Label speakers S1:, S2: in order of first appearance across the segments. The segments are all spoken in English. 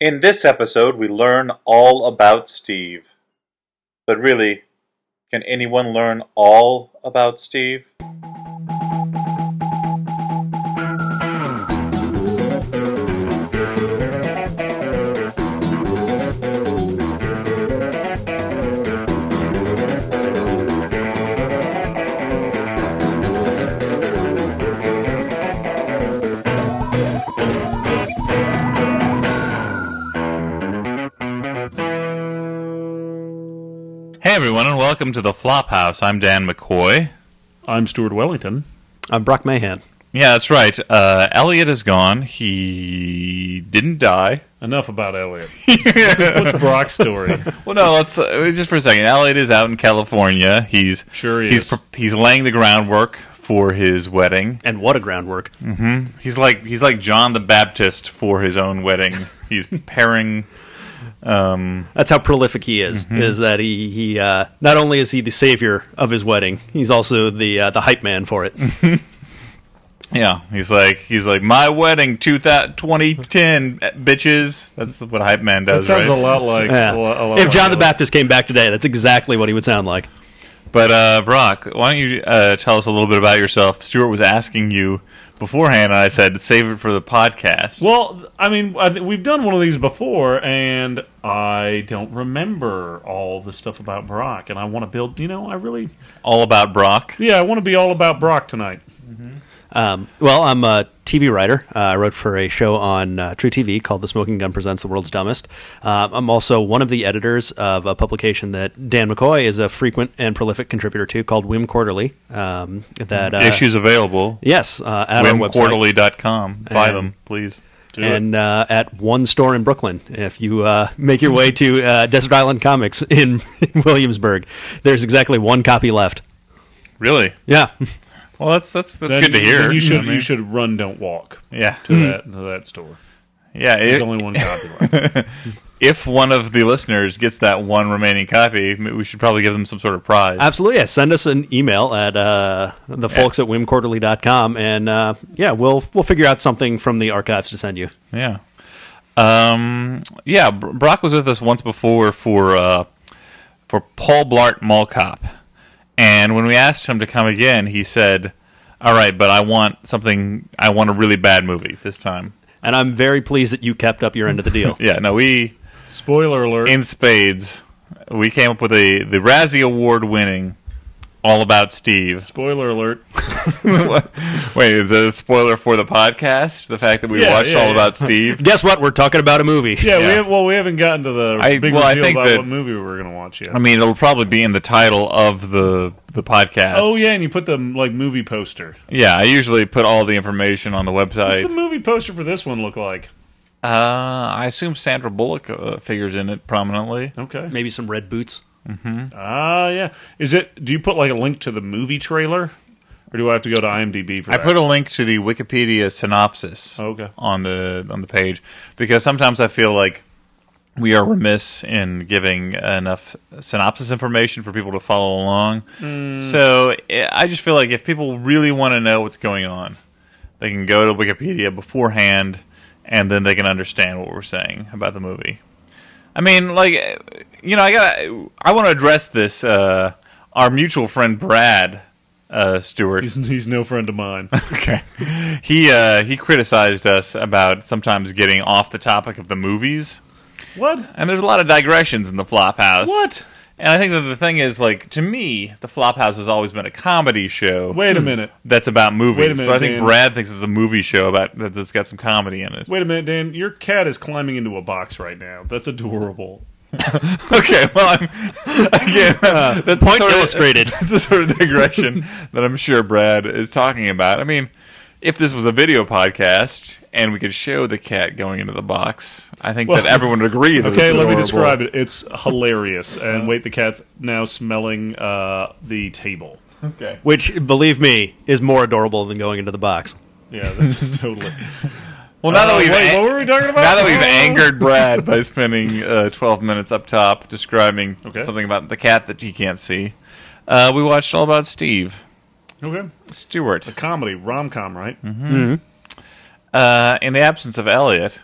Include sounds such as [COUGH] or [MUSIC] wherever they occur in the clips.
S1: In this episode, we learn all about Steve. But really, can anyone learn all about Steve? Hey everyone, and welcome to the Flophouse. I'm Dan McCoy.
S2: I'm Stuart Wellington.
S3: I'm Brock Mahan.
S1: Yeah, that's right. Uh, Elliot is gone. He didn't die. [LAUGHS]
S2: Enough about Elliot. What's Brock's
S3: [LAUGHS]
S2: story?
S1: Well, no, let's uh, just for a second. Elliot is out in California. He's
S2: Sure he
S1: he's
S2: is.
S1: pre- he's laying the groundwork for his wedding.
S3: And what a groundwork.
S1: He's like he's like John the Baptist for his own wedding. He's [LAUGHS] pairing.
S3: That's how prolific he is. Is that he? He uh, not only is he the savior of his wedding, he's also the uh, the hype man for it.
S1: Yeah, he's like he's like my wedding 2000 2010 bitches. That's what hype man
S2: That
S1: does.
S2: sounds
S1: right?
S2: a lot like.
S3: Yeah.
S2: a lot- a lot
S3: if John the
S2: like-
S3: Baptist came back today, that's exactly what he would sound like.
S1: But uh, Brock, why don't you uh, tell us a little bit about yourself? Stuart was asking you beforehand, and I said save it for the podcast.
S2: Well, I mean, I th- we've done one of these before, and I don't remember all the stuff about Brock, and I want to build. You know, I really,
S1: All about Brock.
S2: yeah, I want to be all about Brock tonight.
S3: Um, well, I'm a TV writer. Uh, I wrote for a show on uh, True TV called The Smoking Gun Presents The World's Dumbest. Um, I'm also one of the editors of a publication that Dan McCoy is a frequent and prolific contributor to called Whim Quarterly. Um, that uh,
S1: Mm-hmm. Issues available.
S3: Yes, uh, at our website.
S1: WimQuarterly.com. Buy
S3: And-
S1: them, please.
S3: and uh, at one store in Brooklyn. If you uh, make your way to uh, Desert Island Comics [LAUGHS] in, in Williamsburg, there's exactly one copy left.
S1: Really?
S3: Yeah,
S1: Well, that's that's that's
S2: Then-
S1: good to hear.
S2: then You should
S1: I mean,
S2: you should run, don't walk
S1: yeah,
S3: Hmm.
S2: to that to that store.
S1: yeah.
S2: There's
S1: i-
S2: only one copy left.
S1: if one of the listeners gets that one remaining copy, maybe we should probably give them some sort of prize.
S3: absolutely. Yeah. Send us an email at uh, the folks at whimquarterly.com, and uh, yeah, we'll we'll figure out something from the archives to send you.
S1: Yeah. Um, yeah, Br- Brock was with us once before for uh, for Paul Blart Mall Cop. And when we asked him to come again, he said, "All right, but I want something I want a really bad movie this time."
S3: And I'm very pleased that you kept up your end of the deal.
S1: Yeah, no, we
S2: Spoiler alert.
S1: in spades we came up with a the Razzie award winning all about Steve. [LAUGHS]
S2: Spoiler alert.
S1: Wait, is that a spoiler for the podcast? The fact that we
S2: Yeah,
S1: watched
S2: yeah,
S1: all
S2: yeah.
S1: about Steve?
S3: [LAUGHS] Guess what? We're talking about a movie.
S1: Yeah.
S2: Yeah, we have, well, we haven't gotten to the
S1: I-
S2: big
S1: well, I
S2: reveal
S1: think
S2: about
S1: that-
S2: what movie we were going to watch yet.
S1: I mean, it'll probably be in the title of the the podcast.
S2: oh yeah, and you put the like movie poster.
S1: Yeah, I usually put all the information on the
S2: What's
S1: website.
S2: the movie poster for this one look like?
S1: uh, I assume Sandra Bullock uh, figures in it prominently.
S2: Okay.
S3: Maybe some red boots.
S2: Ah, yeah. Is it? Do you put like a link to the movie trailer, or do I have to go to IMDb for
S1: I
S2: that? Oh,
S1: put a link to the Wikipedia synopsis
S2: Okay.
S1: on the on the page because sometimes I feel like we are remiss in giving enough synopsis information for people to follow along.
S2: Hmm.
S1: So eh, I just feel like if people really want to know what's going on, they can go to Wikipedia beforehand and then they can understand what we're saying about the movie. I mean, like, eh, you know, I got I want to address this uh our mutual friend Brad uh Stewart
S2: He's, he's no friend of mine.
S1: Okay. He uh, he criticized us about sometimes getting off the topic of the movies,
S2: what?
S1: and there's a lot of digressions in the Flophouse.
S2: What?
S1: And I think that the thing is, like, to me, the Flophouse has always been a comedy show
S2: Wait a minute.
S1: that's about movies.
S2: Wait a minute,
S1: but I think
S2: Dan.
S1: Brad thinks it's a movie show about that- that's got some comedy in it.
S2: Wait a minute, Dan. Your cat is climbing into a box right now. That's adorable.
S1: Okay, well, I'm, [LAUGHS] again, that's
S3: Point
S1: sort of- [LAUGHS]
S3: illustrated.
S1: That's the sort of digression [LAUGHS] that I'm sure Brad is talking about. I mean, if this was a video podcast and we could show the cat going into the box, I think that everyone would agree. That
S2: Okay,
S1: it's
S2: let me
S1: adorable.
S2: describe it. It's
S1: [LAUGHS]
S2: hilarious. And wait, the cat's now smelling uh, the table.
S1: Okay,
S3: Which, believe me, is more adorable than going into the box.
S2: Yeah, that's [LAUGHS] totally.
S1: well, now that
S2: Uh,
S1: we've
S2: wait,
S1: an-
S2: what were we talking about?
S1: now that we've
S2: Oh.
S1: angered Brad by spending uh, 12 minutes up top describing
S2: Okay.
S1: something about the cat that you can't see, uh, we watched all about Steve
S2: Okay.
S1: Stewart.
S2: Comedy, rom com, right?
S1: Uh, in the absence of Elliot,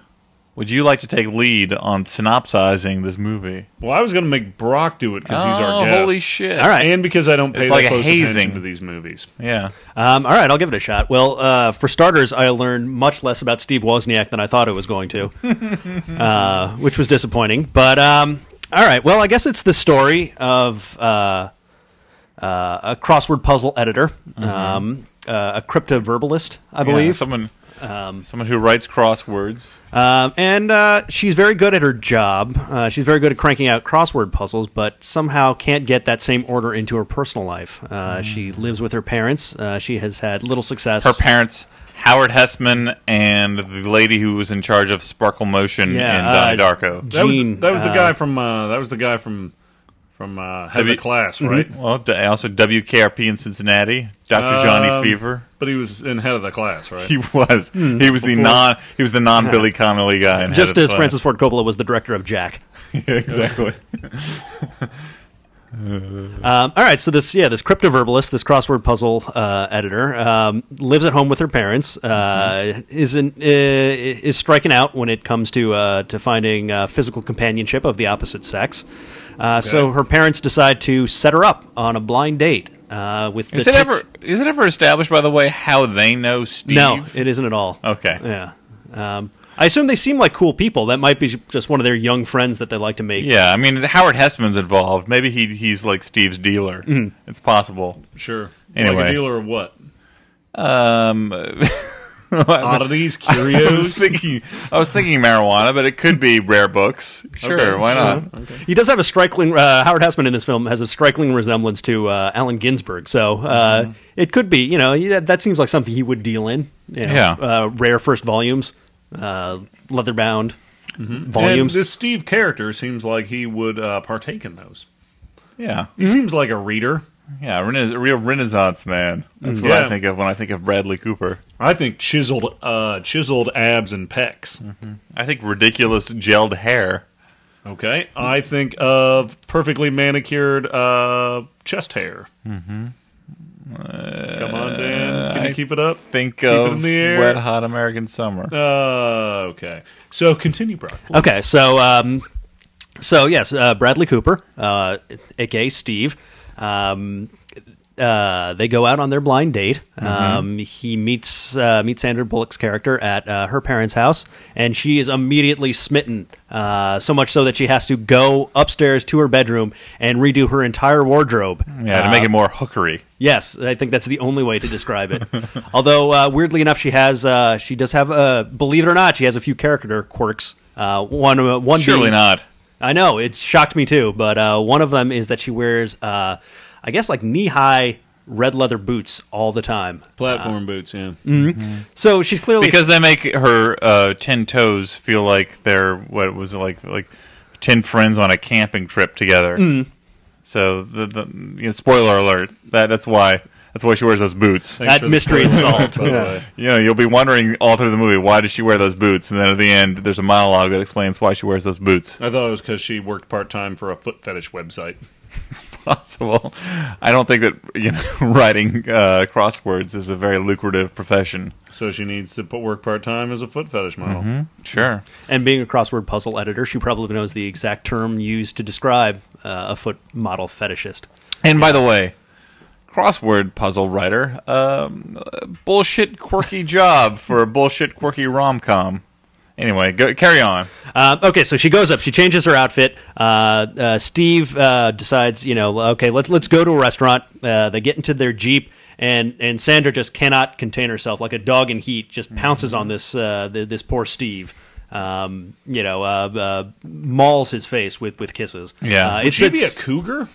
S1: Would you like to take lead on synopsizing this movie?
S2: Well, I was going to make Brock do it because he's our guest.
S1: Oh, holy shit!
S3: All right.
S2: And because I don't pay
S1: It's
S2: that
S1: like a
S2: close
S1: hazing.
S2: attention to these movies.
S1: Yeah.
S3: Um, all right, I'll give it a shot. Well, uh, for starters, I learned much less about Steve Wozniak than I thought it was going
S1: [LAUGHS]
S3: to, uh, which was disappointing. But um, all right, well, I guess it's the story of uh, uh, a crossword puzzle editor, um, uh, a cryptoverbalist, I
S1: Mm-hmm. Yeah,
S3: believe,
S1: someone someone who writes crosswords.
S3: um, and uh, she's very good at her job. Uh, she's very good at cranking out crossword puzzles, but somehow can't get that same order into her personal life. Uh,
S1: Mm.
S3: She lives with her parents. Uh, she has had little success.
S1: Her parents, Howard Hessman, and the lady who was in charge of Sparkle Motion
S3: Yeah,
S1: and Donnie
S3: uh,
S1: Darko.
S2: That
S3: Gene,
S2: was that was the
S3: uh,
S2: guy from uh, that was the guy from from uh,
S1: W- Mm-hmm.
S2: head of the class, right?
S1: Well, d- also WKRP in Cincinnati, Dr.
S2: Um,
S1: Johnny Fever. [LAUGHS]
S2: But he was in head of the class, right?
S1: He was. He was the non. He was the non [LAUGHS] Billy Connolly guy. in
S3: hmm, just
S1: Head of
S3: as
S1: Class.
S3: Francis Ford Coppola was the director of Jack.
S1: [LAUGHS] yeah, exactly.
S3: Um, all right, so this yeah, this cryptoverbalist, this crossword puzzle uh, editor, um, lives at home with her parents. Uh,
S1: Mm-hmm.
S3: is in, uh, is striking out when it comes to uh, to finding uh, physical companionship of the opposite sex. Uh, So her parents decide to set her up on a blind date uh, with.
S1: Is
S3: the
S1: it
S3: tech-
S1: ever? Is it ever established, by the way, how they know Steve?
S3: No, it isn't at all.
S1: Okay.
S3: Yeah. Um, I assume they seem like cool people. That might be just one of their young friends that they like to make.
S1: Yeah, I mean Howard Hessman's involved. Maybe he he's like Steve's dealer.
S2: Mm-hmm.
S1: It's possible.
S2: sure. Like
S1: Anyway.
S2: a dealer of
S1: [LAUGHS]
S2: what?
S1: Um, [LAUGHS]
S2: Oddities,
S1: I was
S2: curios.
S1: thinking I was thinking marijuana, but it could be rare books. Sure,
S2: Okay.
S1: why not?
S3: He does have a striking uh, Howard Hessman in this film has a striking resemblance to uh, Allen Ginsberg, so uh, it could be you know yeah, that seems like something he would deal in. You know,
S1: Yeah.
S3: uh, rare first volumes, uh, leather bound
S2: and
S3: volumes.
S2: this Steve character seems like he would uh, partake in those.
S1: Yeah,
S2: He seems like a reader.
S1: yeah, rena- a real Renaissance man. That's what
S2: Yeah.
S1: I think of when I think of Bradley Cooper.
S2: I think chiseled uh, chiseled abs and pecs.
S1: I think ridiculous gelled hair.
S2: Okay, I think of perfectly manicured uh, chest hair. Mm-hmm. Come on,
S3: Uh,
S2: Dan, can
S1: I
S2: you keep it up?
S1: Think
S2: it in
S1: of
S2: the air.
S1: wet hot American summer.
S2: Uh, okay, so continue, Brock.
S3: Okay, so um, so yes, uh, Bradley Cooper, uh, aka Steve. Um, uh, they go out on their blind date.
S1: Mm-hmm.
S3: Um, he meets uh, meets Sandra Bullock's character at uh, her parents' house, and she is immediately smitten. Uh, so much so that she has to go upstairs to her bedroom and redo her entire wardrobe.
S1: yeah, to
S3: Uh,
S1: make it more hookery.
S3: Yes, I think that's the only way to describe it. [LAUGHS] Although uh, weirdly enough, she has uh, she does have uh, believe it or not, she has a few character quirks. Uh, one uh, one
S1: Surely
S3: being-
S1: not.
S3: I know it's shocked me too, but uh, one of them is that she wears uh, I guess like knee high red leather boots all the time.
S2: Platform boots, yeah.
S3: Mm, So she's clearly
S1: because they make her uh, ten toes feel like they're what was it like like ten friends on a camping trip together. So the, the you know, spoiler alert that that's why that's why she wears those boots.
S3: that
S2: for the [LAUGHS]
S3: mystery is solved.
S2: By the way.
S1: You know you'll be wondering all through the movie why does she wear those boots, and then at the end there's a monologue that explains why she wears those boots. [LAUGHS]
S2: I thought it was because she worked part time for a foot fetish website.
S1: It's possible. I don't think that you know [LAUGHS] writing uh, crosswords is a very lucrative profession.
S2: So she needs to put work part time as a foot fetish model.
S3: Mm-hmm.
S1: Sure.
S3: And being a crossword puzzle editor, she probably knows the exact term used to describe uh, a foot model fetishist.
S1: And by the way, crossword puzzle writer, um, uh, bullshit
S2: [LAUGHS]
S1: quirky job for a bullshit quirky rom com. Anyway, go, carry on.
S3: Um, okay, so she goes up. She changes her outfit. Uh, uh, Steve uh, decides, you know, okay, let's let's go to a restaurant. Uh, they get into their jeep, and and Sandra just cannot contain herself, like a dog in heat, just pounces on this uh, th- this poor Steve. Um, you know, uh, uh, mauls his face with with kisses.
S1: Yeah.
S3: uh,
S1: Would
S3: it's,
S2: She be a
S3: it's-
S2: cougar?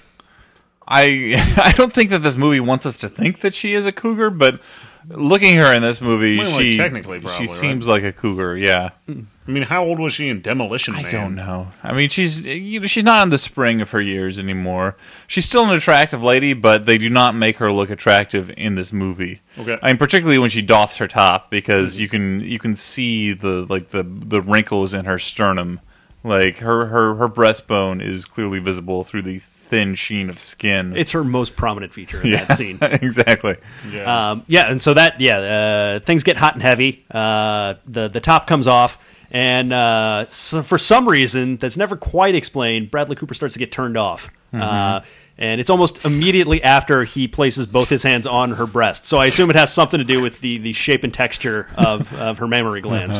S1: I [LAUGHS] I don't think that this movie wants us to think that she is a cougar, but looking her in this movie,
S2: Well, like,
S1: she
S2: technically, probably,
S1: she
S2: right?
S1: seems like a cougar. Yeah,
S2: I mean, how old was she in Demolition Man?
S1: I don't know. I mean, she's you know she's not in the spring of her years anymore. She's still an attractive lady, but they do not make her look attractive in this movie.
S2: Okay.
S1: I mean, particularly when she doffs her top because you can you can see the like the the wrinkles in her sternum. Like her her her breastbone is clearly visible through the thin sheen of skin.
S3: it's her most prominent feature
S1: [LAUGHS]
S3: in that scene.
S1: exactly.
S2: Yeah.
S3: Um, yeah, and so that yeah, uh, things get hot and heavy. Uh, the the Uh, top comes off, And uh, so for some reason that's never quite explained, Bradley Cooper starts to get turned off. Uh, and it's almost immediately after he places both his hands on her breast. So I assume it has something to do with the, the shape and texture of, of her mammary glands.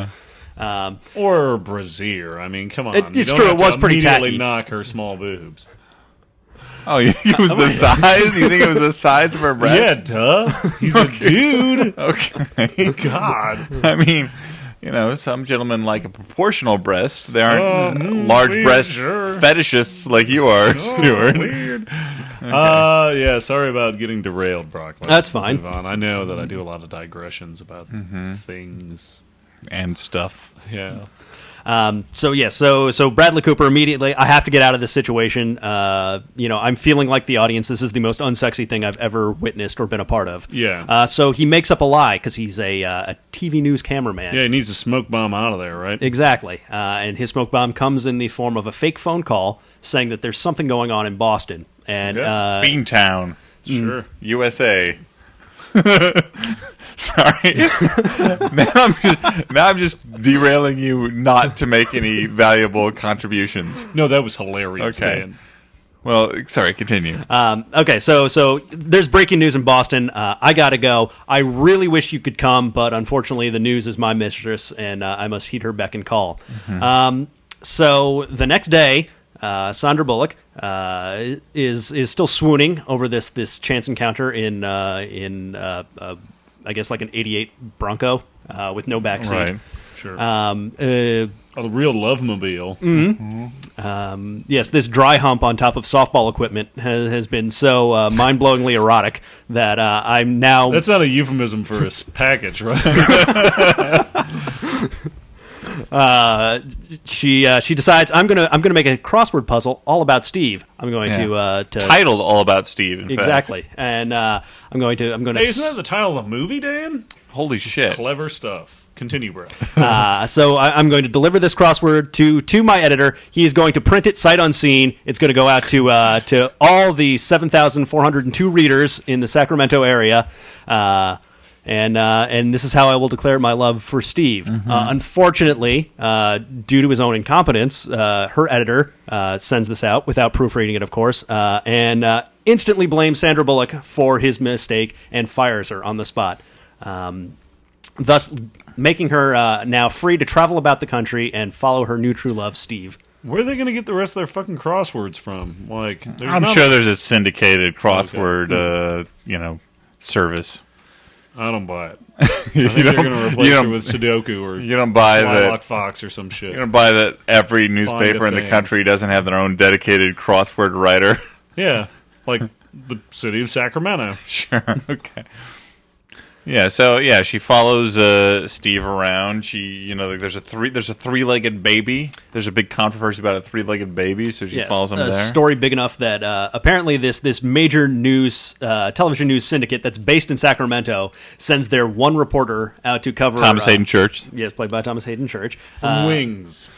S3: Um,
S2: Or Brazier. I mean, come on.
S3: It-
S2: you
S3: it's
S2: don't
S3: true,
S2: have
S3: it
S2: to
S3: was pretty
S2: immediately
S3: tacky.
S2: knock her small boobs.
S1: Oh, [LAUGHS] it was the size? You think it was the size of her breast?
S2: Yeah, duh.
S1: [LAUGHS]
S2: He's a dude.
S1: Okay.
S2: God.
S1: [LAUGHS] I mean, you know, some gentlemen like a proportional breast. They aren't
S2: Oh,
S1: uh,
S2: mm,
S1: large
S2: please,
S1: breast
S2: sure. Oh.
S1: fetishists like you are, Stuart.
S2: Weird. Uh, yeah, sorry about getting derailed, Brock. Let's
S3: That's fine.
S2: Move on. I know that I do a lot of digressions about
S1: Mm-hmm.
S2: things.
S1: and stuff.
S2: Yeah.
S3: Um, so yeah, so so Bradley Cooper immediately. I have to get out of this situation. Uh, you know, I'm feeling like the audience. This is the most unsexy thing I've ever witnessed or been a part of.
S2: Yeah.
S3: Uh, so he makes up a lie because he's a uh, a TV news cameraman.
S2: Yeah, he needs a smoke bomb out of there, right?
S3: Exactly. Uh, and his smoke bomb comes in the form of a fake phone call saying that there's something going on in Boston. And
S2: Yeah.
S3: uh,
S1: Beantown,
S2: sure.
S1: USA. [LAUGHS] Sorry.
S3: [LAUGHS]
S1: now, I'm just, now I'm just derailing you not to make any valuable contributions.
S2: No, that was hilarious,
S1: Okay.
S2: Dan.
S1: Well, sorry, continue.
S3: Um, okay, so so there's breaking news in Boston. Uh, I gotta go. I really wish you could come, but unfortunately, the news is my mistress, and uh, I must heed her beck and call. Um, so the next day, uh, Sandra Bullock uh, is is still swooning over this this chance encounter in uh, in uh, uh, I guess like an '88 Bronco uh, with no backseat.
S1: right.
S2: Sure.
S3: Um, uh, Mm.
S2: a real love mobile.
S3: um, yes, this dry hump on top of softball equipment has, has been so uh, mind-blowingly erotic that uh, I'm now.
S2: That's not a euphemism for
S3: [LAUGHS]
S2: a s- package, right?
S3: uh, she uh, she decides I'm gonna I'm gonna make a crossword puzzle all about Steve. I'm going
S1: Yeah.
S3: to uh, to
S1: Titled All About Steve, in fact.
S3: exactly, and uh, I'm going to I'm going to.
S2: hey, isn't that the title of the movie, Dan?
S1: Holy shit.
S2: Clever stuff. Continue, bro.
S3: [LAUGHS] uh, so I, I'm going to deliver this crossword to to my editor. He is going to print it sight unseen. It's going to go out to uh, to all the 7,402 readers in the Sacramento area. Uh, and uh, and this is how I will declare my love for Steve. Uh, unfortunately, uh, due to his own incompetence, uh, her editor uh, sends this out without proofreading it, of course, uh, and uh, instantly blames Sandra Bullock for his mistake and fires her on the spot. Um, thus making her uh, now free to travel about the country and follow her new true love, Steve.
S2: Where are they going to get the rest of their fucking crosswords from? Like, there's
S1: I'm
S2: not-
S1: sure there's a syndicated crossword, uh, you know, service.
S2: I don't
S1: [LAUGHS]
S2: buy it. I think they're
S1: don't-
S2: going to replace
S1: you
S2: her
S1: don't-
S2: with Sudoku or
S1: You don't buy
S2: Slylock
S1: that.
S2: Fox or some shit.
S1: You don't buy that every newspaper in the
S2: thing.
S1: country doesn't have their own dedicated crossword writer. [LAUGHS]
S2: Yeah, like the city of Sacramento.
S1: Sure. Okay. Yeah. So yeah, she follows uh, Steve around. She, you know, like, there's a three, there's a three-legged baby. There's a big controversy about a three-legged baby, so she follows him
S3: a
S1: there.
S3: story big enough that uh, apparently this this major news uh, television news syndicate that's based in Sacramento sends their one reporter out to cover
S1: Thomas
S3: uh,
S1: Hayden Church. [LAUGHS]
S3: Yes, played by Thomas Hayden Church. Uh,
S2: Wings.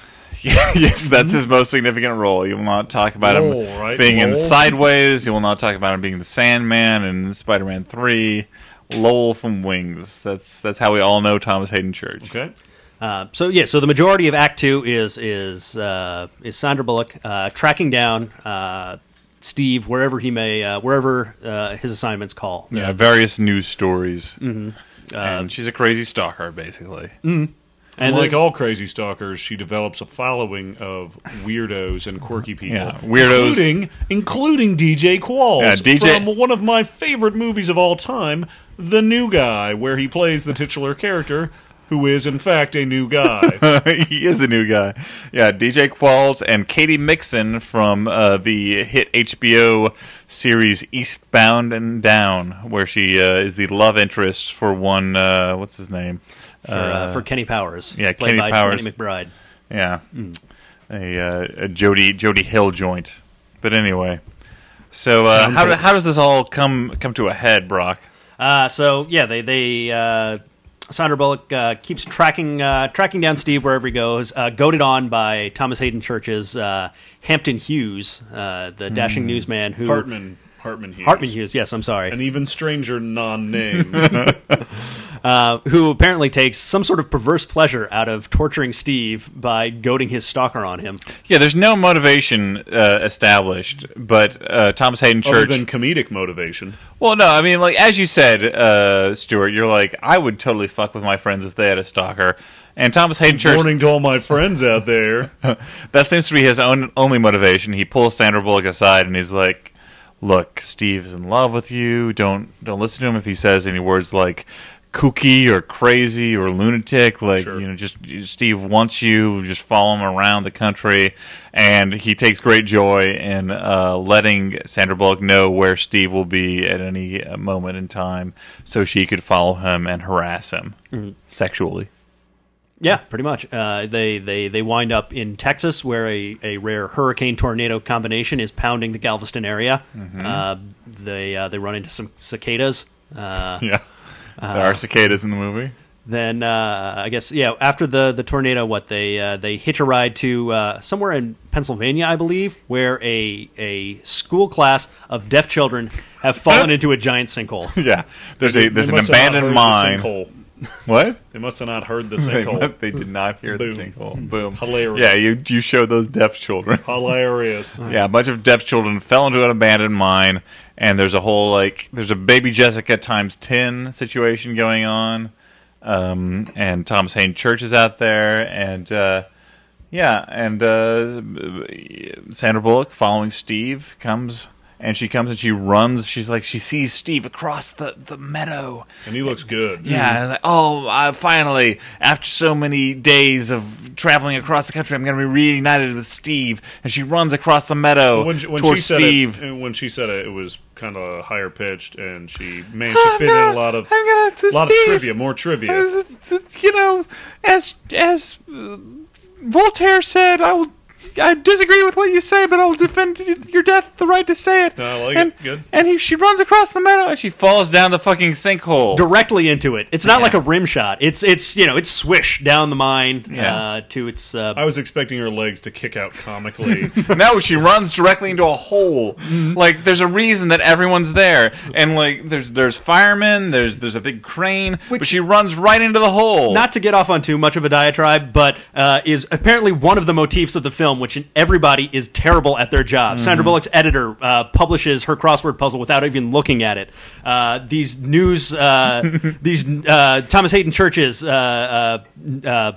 S1: yes, that's his most significant role. You will not talk about
S2: Role,
S1: him
S2: right?
S1: being in
S2: Role.
S1: Sideways. You will not talk about him being the Sandman in Spider-Man Three. Lowell from Wings. That's that's how we all know Thomas Hayden Church.
S2: Okay.
S3: Uh, so yeah, so the majority of Act Two is is uh, is Sandra Bullock uh, tracking down uh, Steve wherever he may uh, wherever uh, his assignments call.
S1: Yeah, Uh, various news stories. Mm-hmm. and she's a crazy stalker, [LAUGHS] basically.
S2: And
S3: And
S2: like
S3: then-
S2: all crazy stalkers, she develops a following of weirdos and quirky people.
S1: Yeah, weirdos.
S2: including including DJ Qualls
S1: Yeah, DJ
S2: from one of my favorite movies of all time, The New Guy, where he plays the titular character, who is in fact a
S1: [LAUGHS]
S2: new guy.
S1: he is a new guy. Yeah, DJ Qualls and Katie Mixon from uh, the hit HBO series Eastbound and Down, where she uh, is the love interest for one. Uh, what's his name?
S3: for, uh, for Kenny Powers.
S1: yeah,
S3: played
S1: Kenny
S3: by
S1: Powers.
S3: Tony McBride.
S1: Yeah, a, uh, a Jody Jody Hill joint. But anyway, so uh,
S3: Sounds
S1: how, do-
S3: hopeless.
S1: how does this all come come to a head, Brock?
S3: Uh, so yeah, they they uh, Sandra Bullock uh, keeps tracking uh, tracking down Steve wherever he goes, uh, goaded on by Thomas Hayden Church's uh, Hampton Hughes, uh, the dashing newsman who
S2: Hartman Hartman Hughes.
S3: Hartman Hughes. Yes, I'm
S1: [LAUGHS]
S3: sorry.
S2: An even stranger non name.
S3: uh, who apparently takes some sort of perverse pleasure out of torturing Steve by goading his stalker on him.
S1: Yeah, there's no motivation uh, established, but uh, Thomas Hayden
S2: Other
S1: Church.
S2: than comedic motivation.
S1: well, no, I mean, like as you said, uh, Stuart, you're like, I would totally fuck with my friends if they had a stalker. And Thomas Hayden Church,
S2: Warning to all my friends out there.
S1: that seems to be his own only motivation. He pulls Sandra Bullock aside and he's like, "Look, Steve's in love with you. Don't don't listen to him if he says any words like." Kooky or crazy or lunatic, like
S2: Sure.
S1: you know, just Steve wants you. Just follow him around the country, and he takes great joy in uh, letting Sandra Bullock know where Steve will be at any uh, moment in time, so she could follow him and harass him sexually.
S3: Yeah, pretty much. Uh, they, they they wind up in Texas, where a, a rare hurricane tornado combination is pounding the Galveston area. Uh, they uh, they run into some cicadas. Uh,
S1: Yeah, there are cicadas in the movie.
S3: then uh, I guess yeah. After the, the tornado, what they uh, they hitch a ride to uh, somewhere in Pennsylvania, I believe, where a a school class of deaf children have fallen into a giant sinkhole.
S1: [LAUGHS] Yeah, [LAUGHS] there's a there's
S2: They
S1: an
S2: must have not
S1: abandoned
S2: heard
S1: mine.
S2: the sinkhole.
S1: [LAUGHS] What?
S2: They must have not heard the
S1: [LAUGHS] They,
S2: sinkhole.
S1: they did not hear the
S2: Boom. Hmm.
S1: sinkhole. Boom.
S2: Hilarious.
S1: Yeah, you you show those deaf
S2: [LAUGHS]
S1: children. [LAUGHS]
S2: Hilarious.
S1: Yeah, a bunch of deaf children fell into an abandoned mine, and there's a whole like there's a baby Jessica times ten situation going on, um, and Thomas Hayden Church is out there, and uh, yeah, and uh, Sandra Bullock following Steve comes. And she comes and she runs. She's like she sees Steve across the, the meadow,
S2: And he looks good.
S1: Yeah, I was like, oh, uh, finally, after so many days of traveling across the country, I'm going to be reunited with Steve. And she runs across the meadow
S2: Mm-hmm. When she, when she
S1: towards
S2: said
S1: Steve.
S2: it, and when she said it, it was kind of higher pitched, and she managed to fit in a lot of,
S1: I'm gonna to
S2: a lot
S1: Steve,
S2: of trivia, more trivia.
S1: uh, [LAUGHS] You know, as as uh, Voltaire said, I will. I disagree with what you say, but I'll defend y- your death the right to say it.
S2: I like it.
S1: and,
S2: Good.
S1: And he, she runs across the meadow and she falls down the fucking sinkhole.
S3: Directly into it. It's not like a rim shot. It's it's you know it's swish down the mine uh,
S1: Yeah.
S3: to its uh,
S2: I was expecting her legs to kick
S1: [LAUGHS]
S2: out comically.
S1: No, she runs directly into a hole. Like there's a reason that everyone's there, and like there's there's firemen, there's there's a big crane, but she runs right into the hole.
S3: not to get off on too much of a diatribe, but uh, is apparently one of the motifs of the film, which everybody is terrible at their job. Sandra Bullock's editor uh, publishes her crossword puzzle without even looking at it. Uh, these news, uh, these uh, Thomas Hayden Church's uh, uh, uh,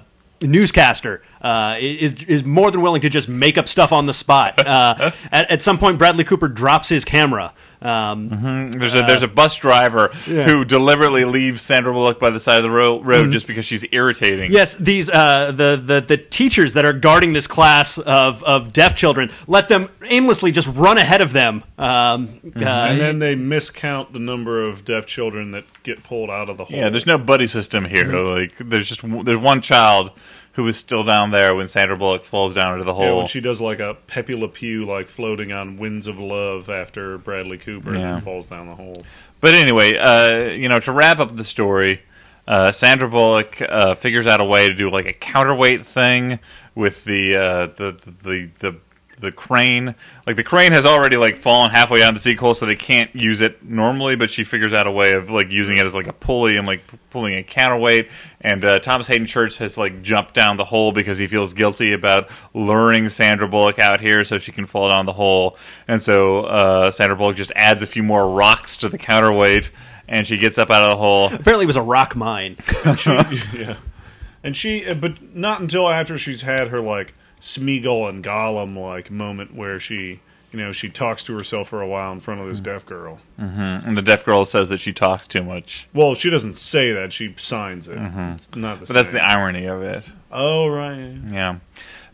S3: newscaster. Uh, is is more than willing to just make up stuff on the spot. Uh, at, at some point, Bradley Cooper drops his camera. Um,
S1: there's a there's a bus driver who deliberately leaves Sandra Bullock by the side of the ro- road just because she's irritating.
S3: Yes, these uh, the, the the teachers that are guarding this class of, of deaf children let them aimlessly just run ahead of them. Um, uh,
S2: and then they miscount the number of deaf children that get pulled out of the hole.
S1: Yeah, there's no buddy system here. Like there's just w- there's one child who was still down there when Sandra Bullock falls down into the
S2: Yeah,
S1: hole.
S2: when she does like a Pepe Le Pew, like floating on winds of love after Bradley Cooper and
S1: Yeah.
S2: then falls down the hole.
S1: But anyway, uh, you know, to wrap up the story, uh, Sandra Bullock uh, figures out a way to do like a counterweight thing with the uh, the the the. The crane, like the crane, has already like fallen halfway down the sinkhole, so they can't use it normally. But she figures out a way of like using it as like a pulley and like p- pulling a counterweight. And uh, Thomas Hayden Church has like jumped down the hole because he feels guilty about luring Sandra Bullock out here so she can fall down the hole. And so uh, Sandra Bullock just adds a few more rocks to the counterweight, and she gets up out of the hole.
S3: apparently, it was a rock mine.
S2: [LAUGHS] yeah. And she, uh, but not until after she's had her like Smeagol and Gollum like moment where she, you know, she talks to herself for a while in front of
S1: Hmm.
S2: this deaf girl.
S1: And the deaf girl says that she talks too much.
S2: Well, she doesn't say that; she signs it. It's
S1: Mm-hmm.
S2: not the
S1: But
S2: same.
S1: that's the irony of it.
S2: oh right.
S1: Yeah.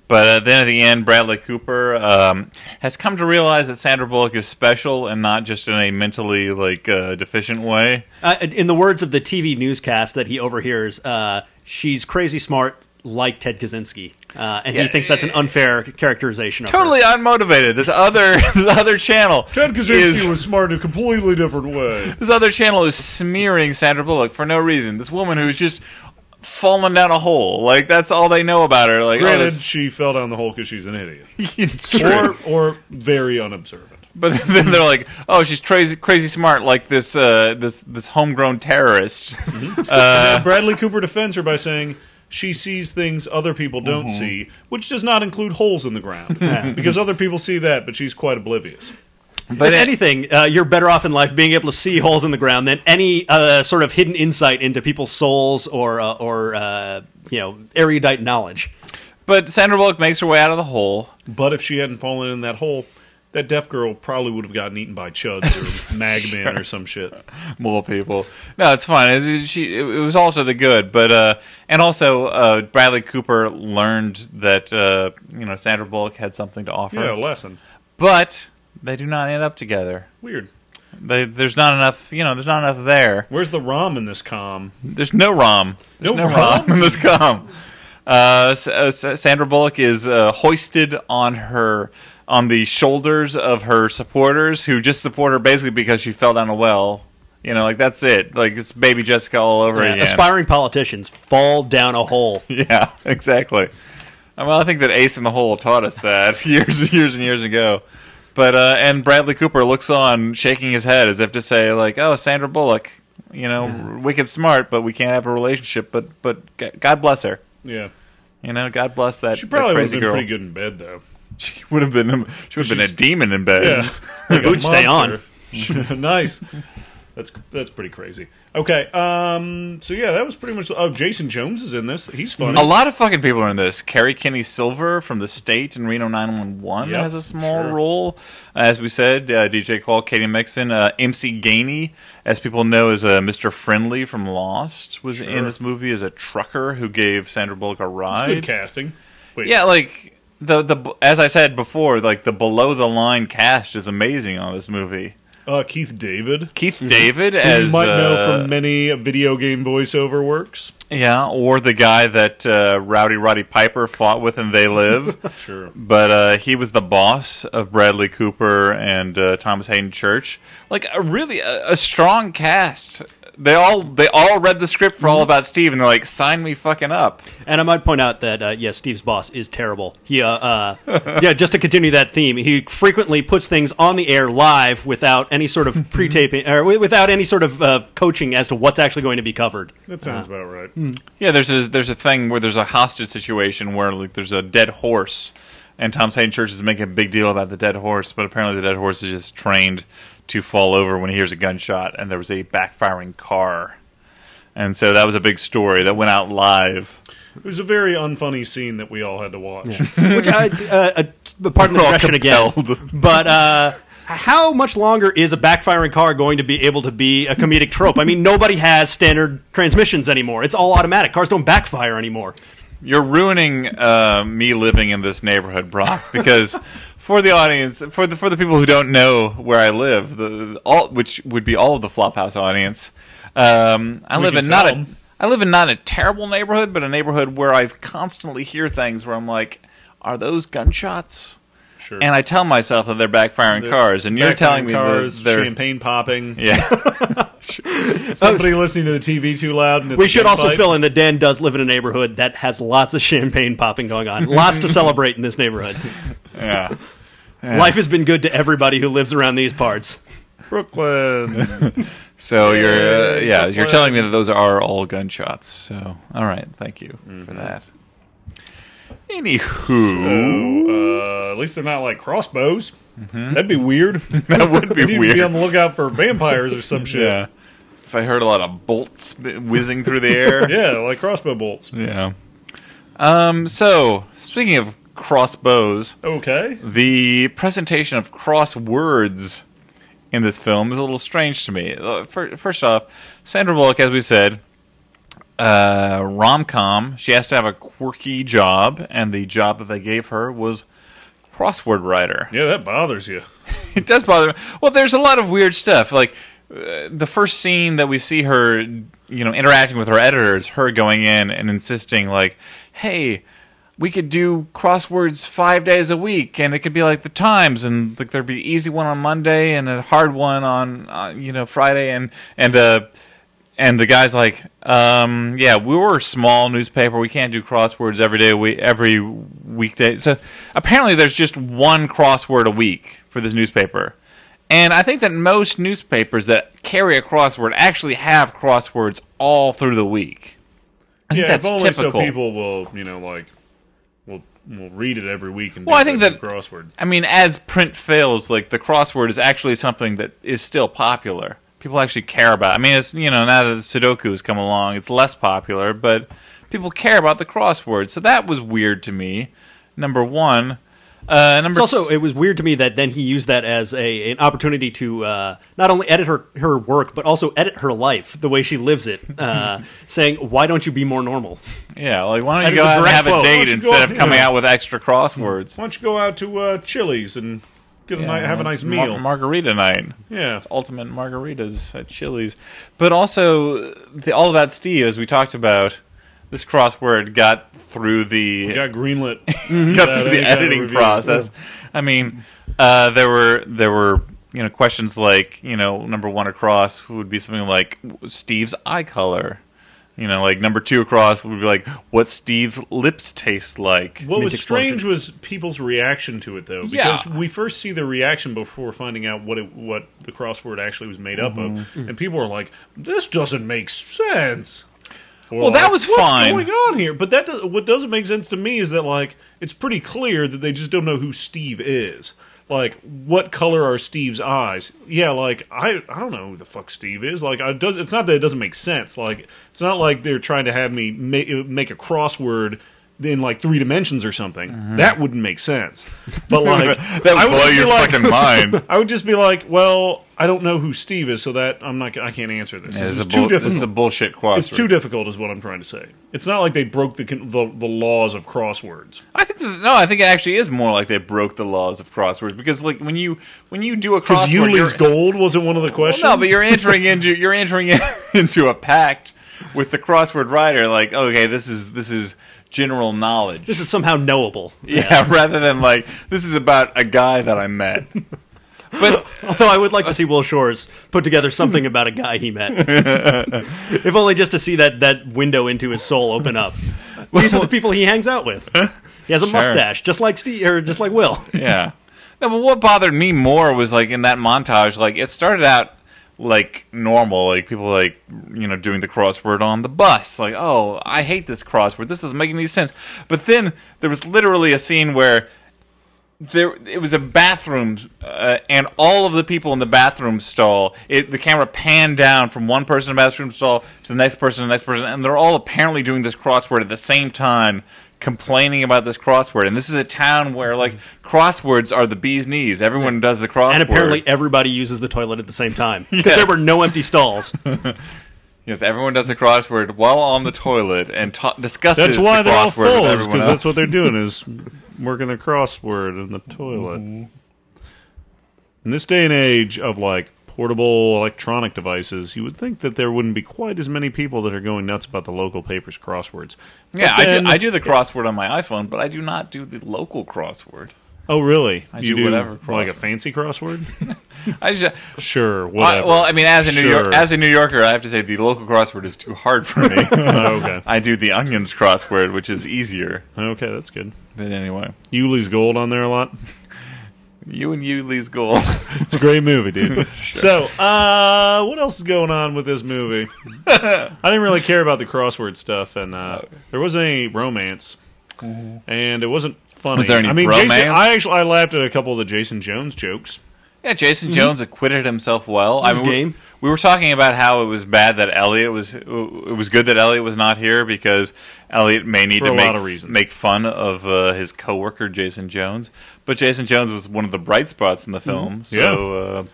S1: But uh, then at the end, Bradley Cooper um, has come to realize that Sandra Bullock is special and not just in a mentally like uh, deficient way.
S3: Uh, in the words of the TV newscast that he overhears, uh, she's crazy smart like Ted Kaczynski, uh, and he
S1: Yeah.
S3: thinks that's an unfair characterization. Of her.
S1: Totally unmotivated. This other [LAUGHS] this other channel
S2: Ted Kaczynski
S1: is-
S2: was smart in a completely different way.
S1: this other channel is smearing Sandra Bullock for no reason. This woman who's just fallen down a hole. Like that's all they know about her. Like oh,
S2: Granted,
S1: this- [LAUGHS]
S2: she fell down the hole because she's an idiot,
S1: it's true.
S2: or or very unobservant.
S1: But then they're like, "Oh, she's crazy, crazy smart, like this, uh, this, this homegrown terrorist." [LAUGHS] Uh,
S2: Bradley Cooper defends her by saying she sees things other people don't
S1: Mm-hmm.
S2: see, which does not include holes in
S1: [LAUGHS]
S2: the ground because other people see that, but she's quite oblivious.
S1: But it-
S3: if anything, uh, you're better off in life being able to see holes in the ground than any uh, sort of hidden insight into people's souls or uh, or uh, you know erudite knowledge.
S1: But Sandra Bullock makes her way out of the hole. [LAUGHS]
S2: But if she hadn't fallen in that hole, that deaf girl probably would have gotten eaten by chuds
S1: [LAUGHS]
S2: or magmen or some shit.
S1: More people. No, it's fine. It, it- she, it, it was all to the good. But uh, and also uh, Bradley Cooper learned that uh, you know Sandra Bullock had something to offer.
S2: Yeah, lesson.
S1: But they do not end up together.
S2: Weird.
S1: They, there's not enough. You know, there's not enough there.
S2: Where's the ROM in this com?
S1: There's no rom. There's
S2: No
S1: no, rom? in this com. Uh, S- uh, S- Sandra Bullock is uh, hoisted on her on the shoulders of her supporters, who just support her basically because she fell down a well. You know, like that's it. Like it's baby Jessica all over
S3: Yeah,
S1: again.
S3: Aspiring politicians fall down a hole. [LAUGHS]
S1: yeah, exactly. Uh, Well, I think that Ace in the Hole taught us that [LAUGHS] years and years and years ago. But uh, and Bradley Cooper looks on, shaking his head as if to say, like, "Oh, Sandra Bullock, you know, wicked smart, but we can't have a relationship. But but g- God bless her,
S2: Yeah.
S1: you know, God bless that,
S2: She
S1: that
S2: probably would have
S1: crazy
S2: been
S1: girl.
S2: pretty good in bed, though.
S1: [LAUGHS] She would have been she would have been a demon in bed. [LAUGHS]
S2: Yeah. [LAUGHS]
S3: boots stay on.
S2: on. [LAUGHS] nice. That's that's pretty crazy. Okay. Um. So yeah, that was pretty much. Oh, Jason Jones is in this. He's funny.
S1: A lot of fucking people are in this. Carrie Kinney Silver from The State and Reno 911
S2: Yep,
S1: has a small
S2: sure.
S1: role. As we said, uh, DJ Qual, Katie Mixon, uh, MC Gainey, as people know, is uh, Mr. Friendly from Lost, was
S2: Sure.
S1: in this movie as a trucker who gave Sandra Bullock a ride.
S2: Good casting. Wait,
S1: Yeah, like the the as I said before, like the below the line cast is amazing on this movie.
S2: Uh, Keith David.
S1: Keith David as
S2: Mm-hmm. you might know
S1: uh,
S2: from many video game voiceover works.
S1: yeah, or the guy that uh, Rowdy Roddy Piper fought with in They
S2: [LAUGHS]
S1: Live.
S2: Sure.
S1: but uh, he was the boss of Bradley Cooper and uh, Thomas Hayden Church. Like a really a, a strong cast. They all they all read the script for All About Steve, and they're like, "Sign me fucking up."
S3: And I might point out that uh, yeah, Steve's boss is terrible. He uh, uh, yeah, just to continue that theme, he frequently puts things on the air live without any sort of pre-taping or wi- without any sort of uh, coaching as to what's actually going to be covered.
S2: That sounds about right.
S1: Yeah, Hmm. there's a there's a thing where there's a hostage situation where like there's a dead horse, and Thomas Hayden Church is making a big deal about the dead horse, but apparently the dead horse is just trained to fall over when he hears a gunshot, and there was a backfiring car, and so that was a big story that went out live.
S2: It was a very unfunny scene that we all had to watch.
S3: Which I uh, uh, pardon the
S1: We're all
S3: question again,
S1: compelled.
S3: but uh, how much longer is a backfiring car going to be able to be a comedic trope? I mean, nobody has standard transmissions anymore. It's all automatic. Cars don't backfire anymore.
S1: You're ruining uh, me living in this neighborhood,
S2: [LAUGHS]
S1: Brock, because for the audience, for the for the people who don't know where I live, the, the- all which would be all of the Flophouse audience, um, I live
S2: can
S1: in not
S2: tell
S1: a
S2: 'em.
S1: I live in not a terrible neighborhood, but a neighborhood where I constantly hear things where I'm like, are those gunshots?
S2: [LAUGHS] Sure.
S1: And I tell myself that they're backfiring cars, and you're telling
S2: Background
S1: me
S2: cars,
S1: that they're
S2: champagne popping.
S1: yeah.
S2: Somebody listening to the TV too loud. And it's
S3: We should
S2: a
S3: also
S2: gunfight.
S3: fill in that Dan does live in a neighborhood that has lots of champagne popping going on. Lots to celebrate in this neighborhood.
S1: [LAUGHS] yeah.
S3: Life has been good to everybody who lives around these parts.
S1: [LAUGHS]
S2: Brooklyn.
S1: So you're uh,
S2: Yay,
S1: yeah,
S2: good
S1: you're
S2: work.
S1: telling me that those are all gunshots. So all right, thank you for that. Anywho,
S2: uh, at least they're not like crossbows. Mm-hmm. That'd be
S1: [LAUGHS]
S2: weird.
S1: that would
S2: [LAUGHS] you
S1: be
S2: need to be on
S1: weird.
S2: the lookout for vampires or
S1: [LAUGHS]
S2: some shit.
S1: Yeah, if I heard a lot of bolts bi- whizzing through [LAUGHS] the air.
S2: Yeah, like crossbow bolts.
S1: yeah. Um. So speaking of crossbows,
S2: Okay.
S1: the presentation of crosswords in this film is a little strange to me. Uh, fir- First off, Sandra Bullock, as we said, uh, rom com, she has to have a quirky job, and the job that they gave her was crossword writer.
S2: Yeah, that bothers you.
S1: [LAUGHS] It does bother me. Well, there's a lot of weird stuff. Like uh, the first scene that we see her, you know, interacting with her editor is her going in and insisting, like, "Hey, we could do crosswords five days a week, and it could be like the times, and like there'd be an easy one on Monday and a hard one on, uh, you know, Friday, and and uh." and the guy's like, um, "Yeah, we were a small newspaper. We can't do crosswords every day. We every weekday. So apparently, there's just one crossword a week for this newspaper. And I think that most newspapers that carry a crossword actually have crosswords all through the week. I think
S2: yeah,
S1: that's
S2: if only
S1: typical.
S2: so people will, you know, like will will read it every week and
S1: Well,
S2: do
S1: I think
S2: their
S1: that-
S2: crossword.
S1: I mean, as print fails, like the crossword is actually something that is still popular. People actually care about. It. I mean, it's you know now that the Sudoku has come along, it's less popular, but people care about the crossword. So that was weird to me. Number one, uh, number
S3: It's also it was weird to me that then he used that as a an opportunity to uh, not only edit her her work but also edit her life the way she lives it,
S1: [LAUGHS]
S3: uh, saying why don't you be more normal?
S1: yeah, like why don't
S3: That
S1: you
S3: is
S1: go
S3: a
S1: out and
S3: direct
S1: have a
S3: quote. Why
S1: date
S2: don't you go
S1: instead
S2: out-
S1: of coming
S2: yeah.
S1: out with extra crosswords?
S2: Why don't you go out to uh, Chili's and get a
S1: Yeah,
S2: night, have a
S1: it's
S2: nice
S1: mar-
S2: meal?
S1: margarita night. [LAUGHS]
S2: yeah,
S1: It's ultimate margaritas at Chili's. But also, the All About Steve, as we talked about, this crossword got through the
S2: you got greenlit.
S1: [LAUGHS] got
S2: that
S1: through the
S2: any kind of
S1: editing
S2: review.
S1: process. I mean, uh, there were there were you know questions like you know number one across would be something like Steve's eye color. You know, like number two across would be like what Steve's lips taste like.
S2: What
S3: Mint
S2: was
S3: explosion.
S2: strange was people's reaction to it, though,
S1: Yeah.
S2: because we first see the reaction before finding out what it, what the crossword actually was made up of, and people are like, "This doesn't make sense." Or
S1: Well, that
S2: like,
S1: was
S2: What's
S1: fine."
S2: going on here? But that does, what doesn't make sense to me is that like it's pretty clear that they just don't know who Steve is. Like, what color are Steve's eyes? Yeah, like I I don't know who the fuck Steve is. Like, I does it's not that it doesn't make sense. Like, it's not like they're trying to have me ma- make a crossword in like three dimensions or something. That wouldn't make sense.
S1: [LAUGHS]
S2: But
S1: [LAUGHS]
S2: like,
S1: Uh-huh. that
S2: I
S1: would blow
S2: just be
S1: your
S2: like, [LAUGHS]
S1: fucking mind.
S2: I would just be like, well, I don't know who Steve is, so that I'm not. I can't answer this. this
S1: It's
S2: is
S1: a,
S2: too
S1: bull- this
S2: difficult.
S1: is a bullshit crossword.
S2: It's too difficult, is what I'm trying to say. It's not like they broke the con- the, the laws of crosswords.
S1: I think that, no, I think it actually is more like they broke the laws of crosswords because like when you when you do a
S2: Because
S1: crossword,
S2: Yuli's
S1: you're-
S2: gold wasn't one of the
S1: Well,
S2: questions.
S1: no, but you're entering into you're entering in- [LAUGHS] into a pact with the crossword writer. Like, okay, this is this is general knowledge.
S3: This is somehow knowable.
S1: Yeah, [LAUGHS] rather than like this is about a guy that I met. [LAUGHS] But
S3: [LAUGHS] Although I would like to see Will Shores put together something about a guy
S1: [LAUGHS]
S3: he met, if only just to see that that window into his soul open up. These are the people he hangs out with. He has a mustache, just like Steve, or just like Will.
S1: yeah. No, but what bothered me more was like in that montage, like it started out like normal, like people like you know doing the crossword on the bus, like oh I hate this crossword, this doesn't make any sense. But then there was literally a scene where there it was a bathroom, uh, and all of the people in the bathroom stall. It, the camera panned down from one person in the bathroom stall to the next person, the next person, and they're all apparently doing this crossword at the same time, complaining about this crossword. And this is a town where like crosswords are the bee's knees. Everyone does the crossword,
S3: And apparently, everybody uses the toilet at the same time
S1: [LAUGHS]
S3: because
S1: Yes.
S3: there were no empty
S1: [LAUGHS]
S3: stalls.
S1: yes, everyone does the crossword while on the toilet and ta- discusses.
S2: that's why
S1: the
S2: they're all
S1: crossword with
S2: full,
S1: everyone
S2: because that's what
S1: else.
S2: they're doing is working the crossword in the toilet.
S1: Mm-hmm.
S2: In this day and age of like portable electronic devices, you would think that there wouldn't be quite as many people that are going nuts about the local paper's crosswords. But
S1: Yeah, I
S2: then-
S1: do, I do the crossword on my iPhone, but I do not do the local crossword.
S2: Oh, really?
S1: I do whatever
S2: like a
S1: crossword. [LAUGHS]
S2: fancy crossword?
S1: I just.
S2: sure,
S1: I-
S2: whatever.
S1: well, I mean, as a New York,
S2: Sure.
S1: as a New Yorker, I have to say the local crossword is too hard for [LAUGHS] me.
S2: Oh, [LAUGHS] okay,
S1: I do the onions crossword, which is easier.
S2: okay, that's good.
S1: But anyway,
S2: Yuli's gold on there a lot.
S1: you and you, Lee's goal.
S2: It's a great movie, dude. So, uh, what else is going on with this movie? I didn't really care about the crossword stuff, and uh, there wasn't any romance, and it wasn't funny.
S1: Was there any
S2: I mean, Jason,
S1: romance?
S2: I actually I laughed at a couple of the Jason Jones jokes.
S1: [LAUGHS] yeah, Jason Jones acquitted himself well. I
S3: was
S1: we-
S3: game.
S1: We were talking about how it was bad that Elliot was. It was good that Elliot was not here because Elliot may need
S2: For
S1: to
S2: a
S1: make
S2: lot of reasons.
S1: make fun of uh, his coworker Jason Jones. But Jason Jones was one of the bright spots in the
S2: Mm-hmm.
S1: film, so uh,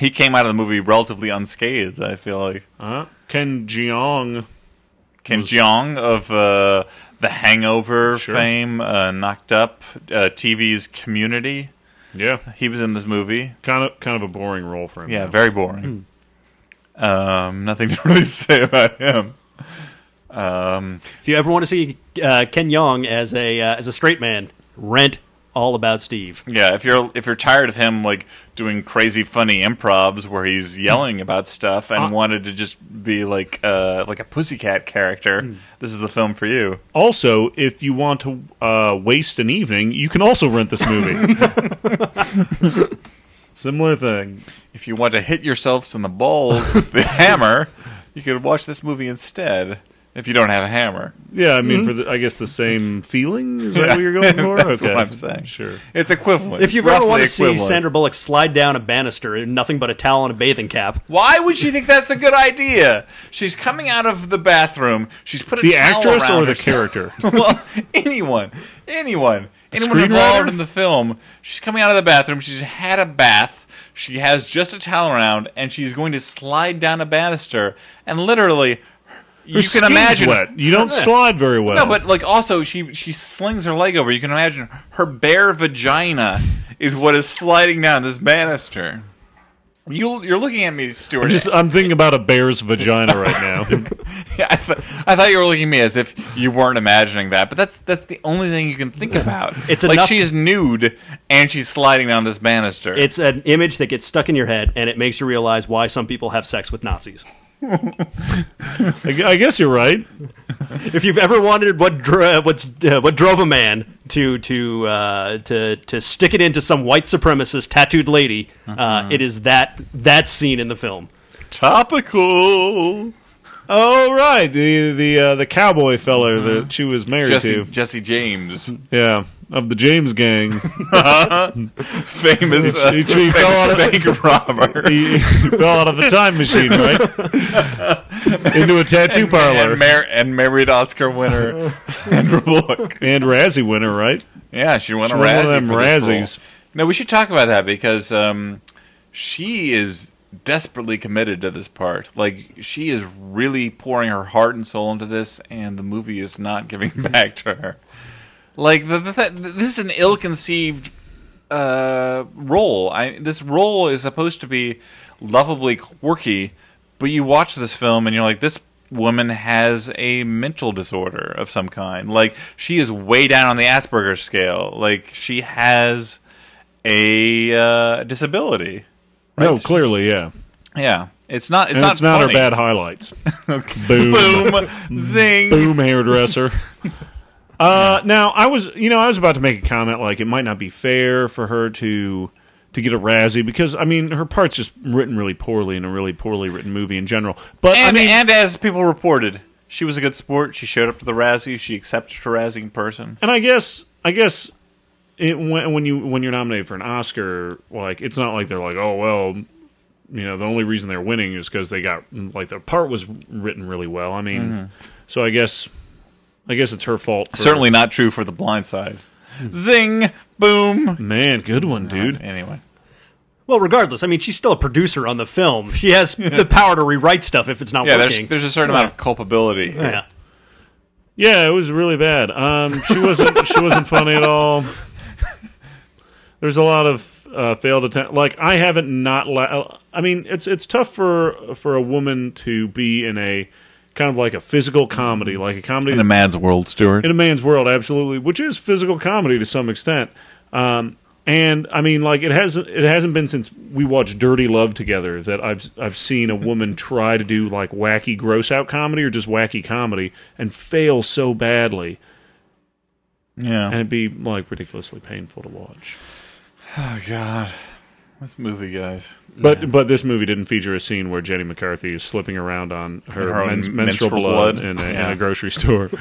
S1: he came out of the movie relatively unscathed. I feel like.
S2: Uh, Ken Jeong,
S1: Kim Jong of uh, the Hangover
S2: Sure.
S1: fame, uh, Knocked Up, uh, TV's Community.
S2: yeah,
S1: He was in this movie.
S2: kind of kind of a boring role for him.
S1: Yeah,
S2: though.
S1: very boring. Um, nothing to [LAUGHS] really say about him.
S3: If you ever want to see uh, Ken Young as a uh, as a straight man, rent all about Steve.
S1: Yeah, if you're if you're tired of him like doing crazy funny improvs where he's yelling about stuff and wanted to just be like uh, like a pussycat character, this is the film for you.
S2: Also, if you want to uh, waste an evening, you can also rent this movie. Similar thing.
S1: If you want to hit yourselves in the balls with the hammer, you could watch this movie instead. If you don't have a hammer,
S2: Yeah, I mean, for the, I guess the same feeling is that what
S1: [LAUGHS]
S2: you're going for?
S1: Mm-hmm. That's
S2: okay.
S1: what I'm saying.
S2: Sure.
S1: it's equivalent.
S3: If you
S1: It's
S3: ever
S1: roughly
S3: want to see
S1: equivalent.
S3: Sandra Bullock slide down a banister in nothing but a towel and a bathing cap,
S1: Why would she think that's a good idea? She's coming out of the bathroom. She's put a
S2: The
S1: towel
S2: actress
S1: around
S2: or the
S1: herself. [LAUGHS]
S2: character?
S1: well, anyone, anyone, anyone
S2: screenwriter?
S1: involved in the film. She's coming out of the bathroom. She's had a bath. She has just a towel around, and she's going to slide down a banister. And literally, you
S2: Your
S1: can imagine.
S2: wet. You don't slide very well.
S1: No, but like also she she slings her leg over. You can imagine her bare vagina is what is sliding down this banister. You you're looking at me, Stuart.
S2: I'm just I'm thinking about a bear's vagina right
S1: [LAUGHS]
S2: now.
S1: Yeah, [LAUGHS] I, th- I thought you were looking at me as if you weren't imagining that, but that's that's the only thing you can think
S2: [LAUGHS]
S1: about.
S3: It's
S1: like
S3: enough-
S1: she's nude and she's sliding down this banister.
S3: it's an image that gets stuck in your head and it makes you realize why some people have sex with Nazis.
S2: I gu- I guess you're right.
S3: If you've ever wondered what dro- what's uh, what drove a man to to uh, to to stick it into some white supremacist tattooed lady, uh, it is that that scene in the film.
S1: topical.
S2: Oh right, the the uh, the cowboy feller that she was married
S1: Mm-hmm. Jesse
S2: to.
S1: Jesse James,
S2: Yeah, of the James gang.
S1: [LAUGHS] famous, uh,
S2: He- he fell out
S1: famous
S2: of-
S1: bank robber.
S2: he, he fell out of the time machine,
S1: [LAUGHS]
S2: right? Into a tattoo parlor
S1: And, mar- and married Oscar winner
S2: [LAUGHS]
S1: Sandra Bullock.
S2: and Razzie winner, right?
S1: Yeah, she won a
S2: won one of
S1: Razzie
S2: them
S1: for this role.
S2: Razzies.
S1: No, we should talk about that because um, she is desperately committed to this part. Like she is really pouring her heart and soul into this, and the movie is not giving [LAUGHS] back to her. Like the, the th- this is an ill-conceived uh, role. I, this role is supposed to be lovably quirky, but you watch this film and you're like, this woman has a mental disorder of some kind. Like she is way down on the Asperger's scale. Like she has a uh, disability.
S2: No,
S1: Right.
S2: clearly, yeah.
S1: Yeah, it's not. It's
S2: and
S1: not.
S2: it's not
S1: funny.
S2: her bad [LAUGHS] highlights. Boom.
S1: [LAUGHS] Boom, zing.
S2: boom hairdresser. [LAUGHS] Uh, now I was, you know, I was about to make a comment like it might not be fair for her to to get a Razzie because I mean her part's just written really poorly in a really poorly written movie in general. But
S1: And,
S2: I mean,
S1: and as people reported, she was a good sport. She showed up to the Razzie. She accepted her Razzie in person.
S2: and I guess I guess it, when, when you when you're nominated for an Oscar, like it's not like they're like, oh well, you know, the only reason they're winning is because they got like their part was written really well. I mean, so I guess I guess it's her fault. For,
S1: Mm-hmm. Certainly not true for the blind side. Zing, boom.
S2: man, good one, dude.
S1: Anyway.
S3: Well, regardless, I mean, she's still a producer on the film. She has the power to rewrite stuff if it's not
S1: Yeah,
S3: working.
S1: there's, there's a certain amount of culpability. here.
S3: yeah.
S2: Yeah, it was really bad. Um, she wasn't she wasn't funny at all. There's a lot of uh, failed attempt. Like I haven't not. La- I mean, it's it's tough for for a woman to be in a kind of like a physical comedy, like a comedy
S1: In a man's world, Stuart.
S2: in a man's world, absolutely, which is physical comedy to some extent. Um, and I mean, like it hasn't it hasn't been since we watched Dirty Love together that I've I've seen a woman try to do like wacky gross out comedy or just wacky comedy and fail so badly
S1: Yeah.
S2: and it'd be like ridiculously painful to watch.
S1: Oh, God. This movie, guys.
S2: But but this movie didn't feature a scene where Jenny McCarthy is slipping around on her,
S1: Her own
S2: mens-
S1: menstrual
S2: menstrual, blood,
S1: blood.
S2: In, a,
S1: Yeah.
S2: in a grocery store. [LAUGHS]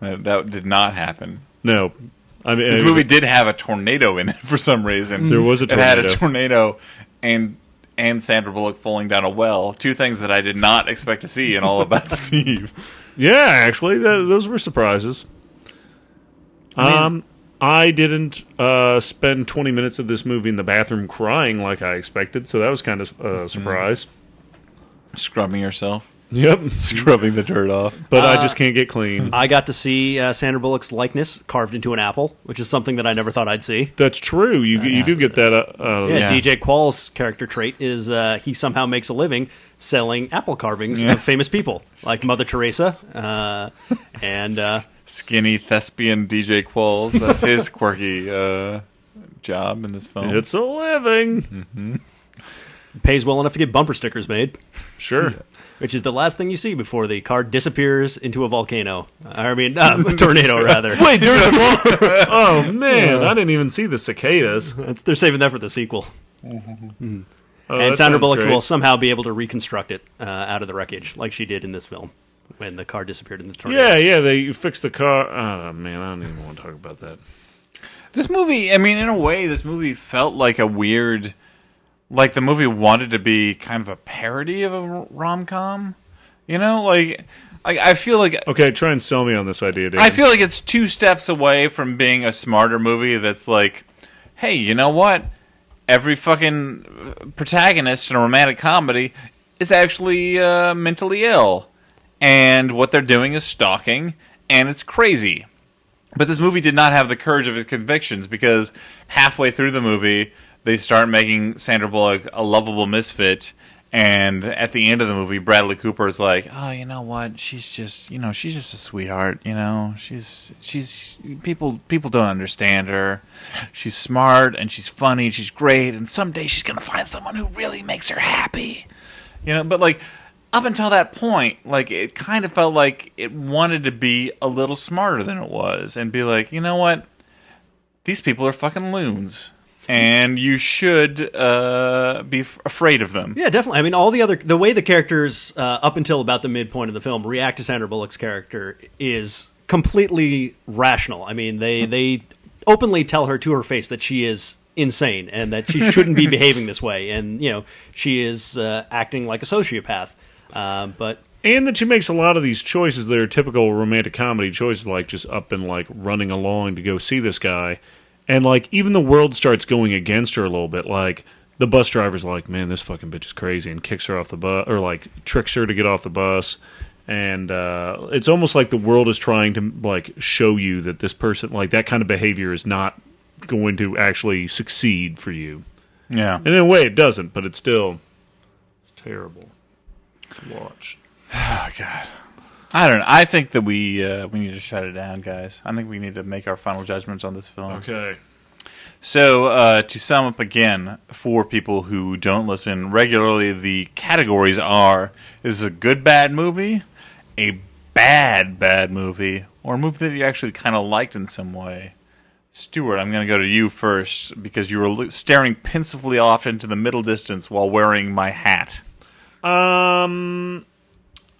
S1: That, that did not happen.
S2: No, I mean
S1: This
S2: I-
S1: movie did have a tornado in it [LAUGHS] for some reason.
S2: There was a
S1: It had a
S2: tornado.
S1: tornado and and Sandra Bullock falling down a well. Two things that I did not expect to see in All About [LAUGHS] Steve.
S2: Yeah, actually, tha- those were surprises. um, I didn't uh, spend 20 minutes of this movie in the bathroom crying like I expected, so that was kind of
S3: Mm-hmm.
S2: uh, a surprise.
S1: Scrubbing yourself.
S2: Yep,
S1: Scrubbing the dirt off.
S2: [LAUGHS] but I
S3: Uh,
S2: just can't get
S3: [LAUGHS]
S2: clean.
S3: I got to see uh, Sandra Bullock's likeness carved into an apple, which is something that I never thought I'd see.
S2: That's true. You you do get that. Uh, uh,
S3: Yeah,
S1: Yeah.
S3: DJ Qualls' character trait is uh, he somehow makes a living selling apple carvings of
S2: [LAUGHS]
S3: famous people like Mother Teresa, uh, and uh,
S1: Skinny thespian DJ Qualls. That's his quirky uh, job in this film.
S2: It's a
S3: Mm-hmm.
S2: living.
S3: pays well enough to get bumper stickers made,
S2: Sure.
S3: which is the last thing you see before the car disappears into a volcano. I
S2: [LAUGHS]
S3: mean, um, a tornado rather.
S2: [LAUGHS] Wait, [LAUGHS]
S3: [LAUGHS]
S2: there's a. oh man, I didn't even see the cicadas.
S3: [LAUGHS] That's, they're saving that for the sequel.
S2: Oh,
S3: and
S2: that
S3: Sandra
S2: sounds
S3: Bullock
S2: great.
S3: will somehow be able to reconstruct it uh, out of the wreckage, like she did in this film when the car disappeared in the tornado.
S2: Yeah, yeah, they fixed the car. Oh, man, I don't even want to talk about that.
S1: This movie, I mean, in a way, this movie felt like a weird, like the movie wanted to be kind of a parody of a rom com. You know, like I, I feel like
S2: Okay, try and sell me on this idea, dude.
S1: I feel like it's two steps away from being a smarter movie that's like, hey, you know what? Every fucking uh, protagonist in a romantic comedy is actually uh, mentally ill. And what they're doing is stalking, and it's crazy. But this movie did not have the courage of its convictions because halfway through the movie, they start making Sandra Bullock a lovable misfit. And at the end of the movie, Bradley Cooper is like, "Oh, you know what? She's just, you know, she's just a sweetheart. You know, she's, she's people, people don't understand her. She's smart and she's funny and she's great. And someday she's gonna find someone who really makes her happy." you know but like up until that point like it kind of felt like it wanted to be a little smarter than it was and be like you know what these people are fucking loons and you should uh, be f- afraid of them
S3: Yeah, definitely. I mean, all the other the way the characters uh, up until about the midpoint of the film react to Sandra Bullock's character is completely rational. I mean, they they openly tell her to her face that she is insane and that she shouldn't be behaving this way, and you know she is uh, acting like a sociopath. Um, but
S2: and that she makes a lot of these choices that are typical romantic comedy choices, like just up and like running along to go see this guy, and like even the world starts going against her a little bit. Like the bus driver's like, "Man, this fucking bitch is crazy," and kicks her off the bus, or like tricks her to get off the bus. And uh, it's almost like the world is trying to like show you that this person, like that kind of behavior, is not going to actually succeed for you.
S1: yeah
S2: And in a way, it doesn't, but it's still it's terrible to watch.
S1: oh god i don't know i think that we uh, we need to shut it down guys i think we need to make our final judgments on this film
S2: Okay.
S1: So, uh, to sum up again, for people who don't listen regularly, the categories are this is a good bad movie, a bad bad movie, or a movie that you actually kind of liked in some way. Stuart, I'm going to go to you first because you were lo- staring pensively off into the middle distance while wearing my hat.
S2: Um,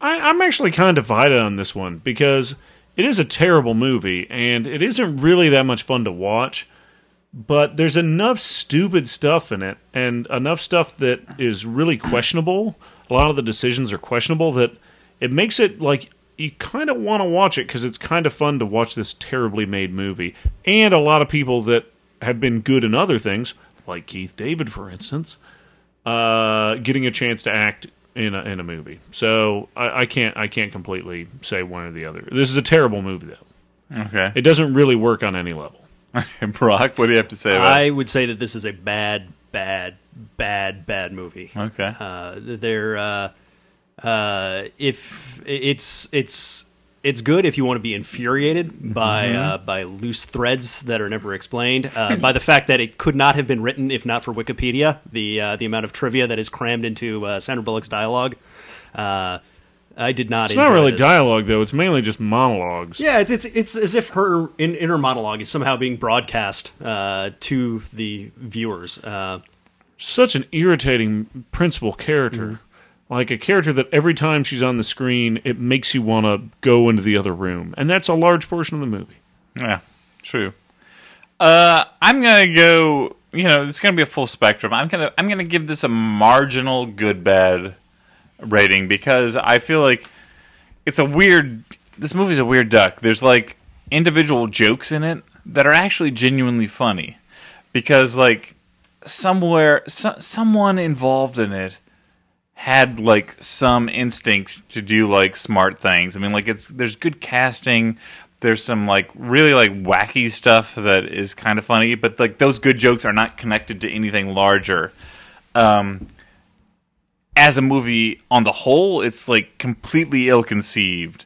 S2: I, I'm actually kind of divided on this one because it is a terrible movie and it isn't really that much fun to watch. But there's enough stupid stuff in it and enough stuff that is really questionable. A lot of the decisions are questionable that it makes it like you kind of want to watch it because it's kind of fun to watch this terribly made movie. And a lot of people that have been good in other things, like Keith David, for instance, uh, getting a chance to act in a, in a movie. So I, I can't I can't completely say one or the other. This is a terrible movie though.
S1: Okay.
S2: It doesn't really work on any level.
S1: [LAUGHS] Brock, what do you have to say about
S3: I would say that this is a bad, bad, bad, bad movie.
S1: it? Okay.
S3: Uh, they're uh, uh, if it's it's it's good if you want to be infuriated by
S2: Mm-hmm.
S3: uh, by loose threads that are never explained, uh, by the fact that it could not have been written if not for Wikipedia. The uh, the amount of trivia that is crammed into uh, Sandra Bullock's dialogue. Uh, I did not.
S2: It's not really
S3: this.
S2: dialogue though. It's mainly just monologues.
S3: Yeah, it's it's it's as if her in, inner monologue is somehow being broadcast uh, to the viewers. Uh,
S2: Such an irritating principal character. Like a character that every time she's on the screen, it makes you want to go into the other room, and that's a large portion of the movie.
S1: Yeah, true. Uh, I'm gonna go. You know, it's gonna be a full spectrum. I'm gonna I'm gonna give this a marginal good bad rating because I feel like it's a weird. This movie's a weird duck. There's like individual jokes in it that are actually genuinely funny because like somewhere so, someone involved in it had like some instincts to do like smart things. I mean, like it's there's good casting. There's some like really like wacky stuff that is kind of funny, but like those good jokes are not connected to anything larger. Um, as a movie on the whole, it's like completely ill conceived.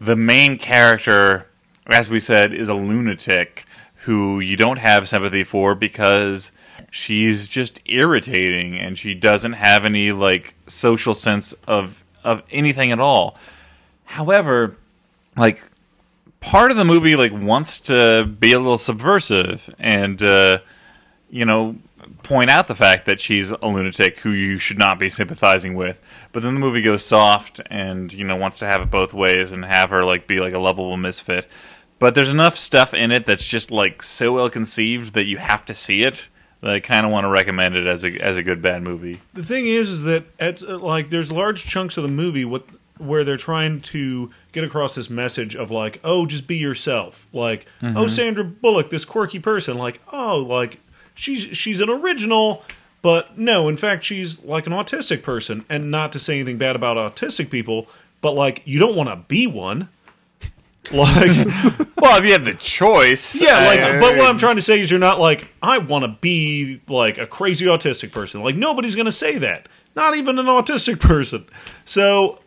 S1: The main character, as we said, is a lunatic who you don't have sympathy for because she's just irritating and she doesn't have any like social sense of of anything at all. However, like part of the movie like wants to be a little subversive and uh you know, point out the fact that she's a lunatic who you should not be sympathizing with. But then the movie goes soft and, you know, wants to have it both ways and have her like be like a lovable misfit. But there's enough stuff in it that's just like so well conceived that you have to see it. That I kind of want to recommend it as a as a good bad movie.
S2: the thing is, is that it's uh, like there's large chunks of the movie what where they're trying to get across this message of like, oh, just be yourself. Like, oh, Sandra Bullock, this quirky person. Like, oh, like she's she's an original, but no, in fact, she's like an autistic person. And not to say anything bad about autistic people, but like, you don't want to be one. [LAUGHS] Like,
S1: Well, if you had the choice,
S2: Yeah, like,
S1: I- uh,
S2: but what I'm trying to say is, you're not like I want to be like a crazy autistic person. Like nobody's going to say that, not even an autistic [LAUGHS] person. So